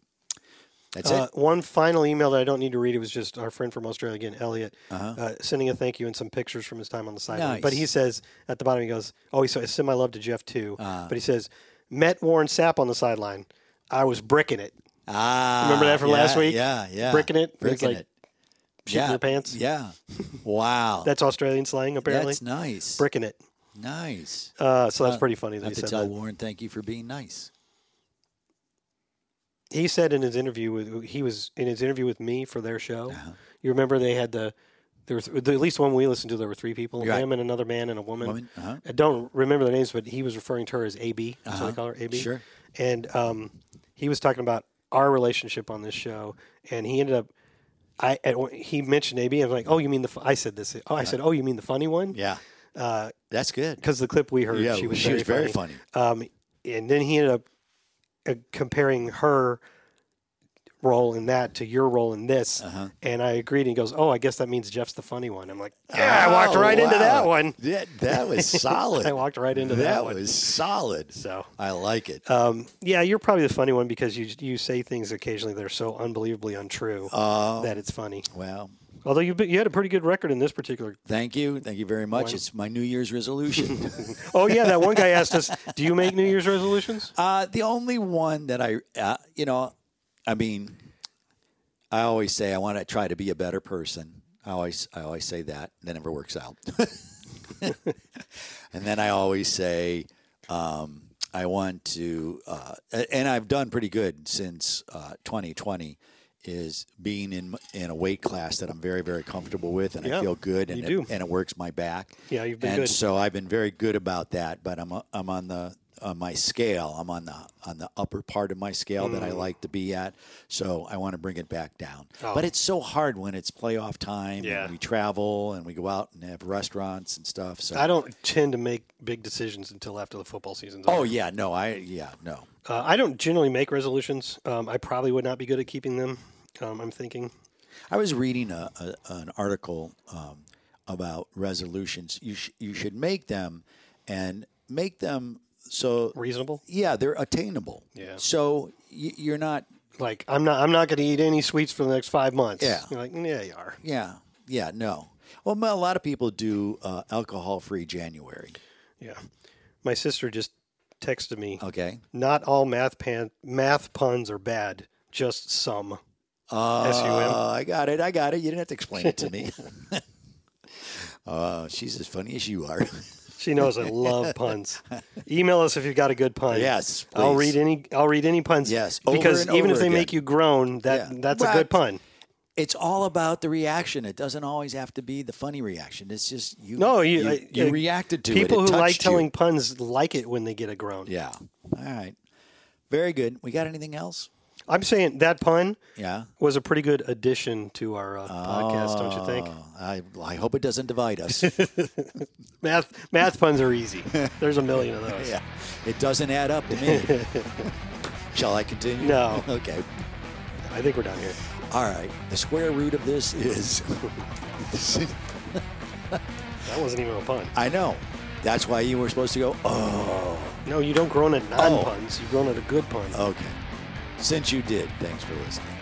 D: that's
C: Uh,
D: it.
C: one final email that I don't need to read. It was just our friend from Australia again, Elliot, uh, sending a thank you and some pictures from his time on the sideline.
D: Uh-huh. Nice.
C: But he says at the bottom, he goes, "Oh, he says send my love to Jeff too."
D: Uh.
C: But he says, "Met Warren Sapp on the sideline. I was bricking it,
D: Ah,
C: remember that from
D: yeah,
C: last week?
D: Yeah, yeah.
C: Bricking it? It's
D: Bricking
C: like
D: it.
C: shooting
D: yeah,
C: your pants."
D: Yeah. Wow.
C: That's Australian slang, apparently.
D: That's nice.
C: bricking it.
D: Nice.
C: Uh, so that's pretty funny that
D: I
C: he
D: have to
C: said
D: tell
C: that.
D: Warren, thank you for being nice.
C: He said in his interview with he was in his interview with me for their show.
D: Uh-huh.
C: You remember they had the there was at least one we listened to. There were three people:
D: Right.
C: him and another man and a woman.
D: Woman, uh-huh.
C: I don't remember their names, but he was referring to her as AB. So they call her AB.
D: Sure.
C: And um, he was talking about our relationship on this show, and he ended up. I at, one- he mentioned AB. I was like, "Oh, you mean the?" fu- I said this. Oh, I said, "Oh, you mean the funny one?"
D: Yeah. That's good.
C: because the clip we heard,
D: Yeah,
C: Uh, she was
D: she
C: very
D: was very
C: funny. Um, and then he ended up uh, comparing her role in that to your role in this,
D: Uh-huh.
C: and I agreed. And he goes, "Oh, I guess that means Jeff's the funny one." I'm like, "Yeah, I walked
D: Oh,
C: right into that
D: wow.
C: one."
D: That, that was solid.
C: I walked right into that, one.
D: was solid.
C: So.
D: I like it.
C: Um, yeah, you're probably the funny one because you you say things occasionally that are so unbelievably untrue
D: Oh.
C: that it's funny.
D: Uh, well,
C: Although you you had a pretty good record in this particular.
D: thank you. Thank you very much. It's my New Year's resolution.
C: Oh yeah, that one guy asked us, "Do you make New Year's resolutions?"
D: Uh, the only one that I, uh, you know, I mean, I always say I want to try to be a better person. I always, I always say that. That never works out. and then I always say um, I want to, uh, a- and I've done pretty good since uh, 2020. Is being in in a weight class that I'm very very comfortable with, and
C: Yeah,
D: I feel good, and
C: you
D: it,
C: do.
D: and it works my back.
C: Yeah, you've been
D: and
C: good.
D: so I've been very good about that, but I'm uh, I'm on the on my scale. I'm on the on the upper part of my scale that
C: Mm.
D: I like to be at. So I want to bring it back down. But it's so hard when it's playoff time
C: Oh. Yeah.
D: and we travel and we go out and have restaurants and stuff. So
C: I don't tend to make big decisions until after the football season's
D: Oh
C: over.
D: yeah, no, I yeah, no.
C: Uh, I don't generally make resolutions. Um, I probably would not be good at keeping them. Um, I'm thinking.
D: I was reading a, a an article um, about resolutions. You sh- you should make them and make them so
C: Reasonable.
D: yeah, they're attainable.
C: Yeah.
D: So y- you're not
C: Like I'm not. I'm not going to eat any sweets for the next five months.
D: Yeah.
C: You're like yeah, you are.
D: Yeah, yeah, no. Well, a lot of people do uh, alcohol-free January.
C: Yeah. My sister just texted me.
D: Okay.
C: Not all math pan- math puns are bad. Just some.
D: Uh,
C: S-U-M.
D: I got it. I got it. You didn't have to explain it to me. uh, she's as funny as you are.
C: She knows I love puns. Email us if you've got a good pun.
D: Yes,
C: I'll read
D: please.
C: any. I'll read any puns.
D: Yes, over
C: because
D: and
C: even
D: over
C: if they
D: again.
C: make you groan, that
D: Yeah.
C: that's
D: Well,
C: a good pun.
D: it's all about the reaction. It doesn't always have to be the funny reaction. It's just you.
C: No, you,
D: you,
C: I-
D: you
C: I-
D: reacted to it.
C: people
D: It
C: who like
D: touched you.
C: telling puns like it when they get a groan.
D: Yeah. All right. Very good. We got anything else?
C: I'm saying that pun
D: Yeah.
C: was a pretty good addition to our uh, podcast, don't you think?
D: Oh, I, I hope it doesn't divide us.
C: Math math puns are easy. There's a million of those.
D: yeah. It doesn't add up to me. Shall I continue?
C: No.
D: Okay.
C: I think we're done here.
D: All right. The square root of this is.
C: That wasn't even a pun.
D: I know. That's why you were supposed to go. Oh,
C: No, you don't groan at non puns. You groan at a good pun.
D: okay. Since you did, thanks for listening.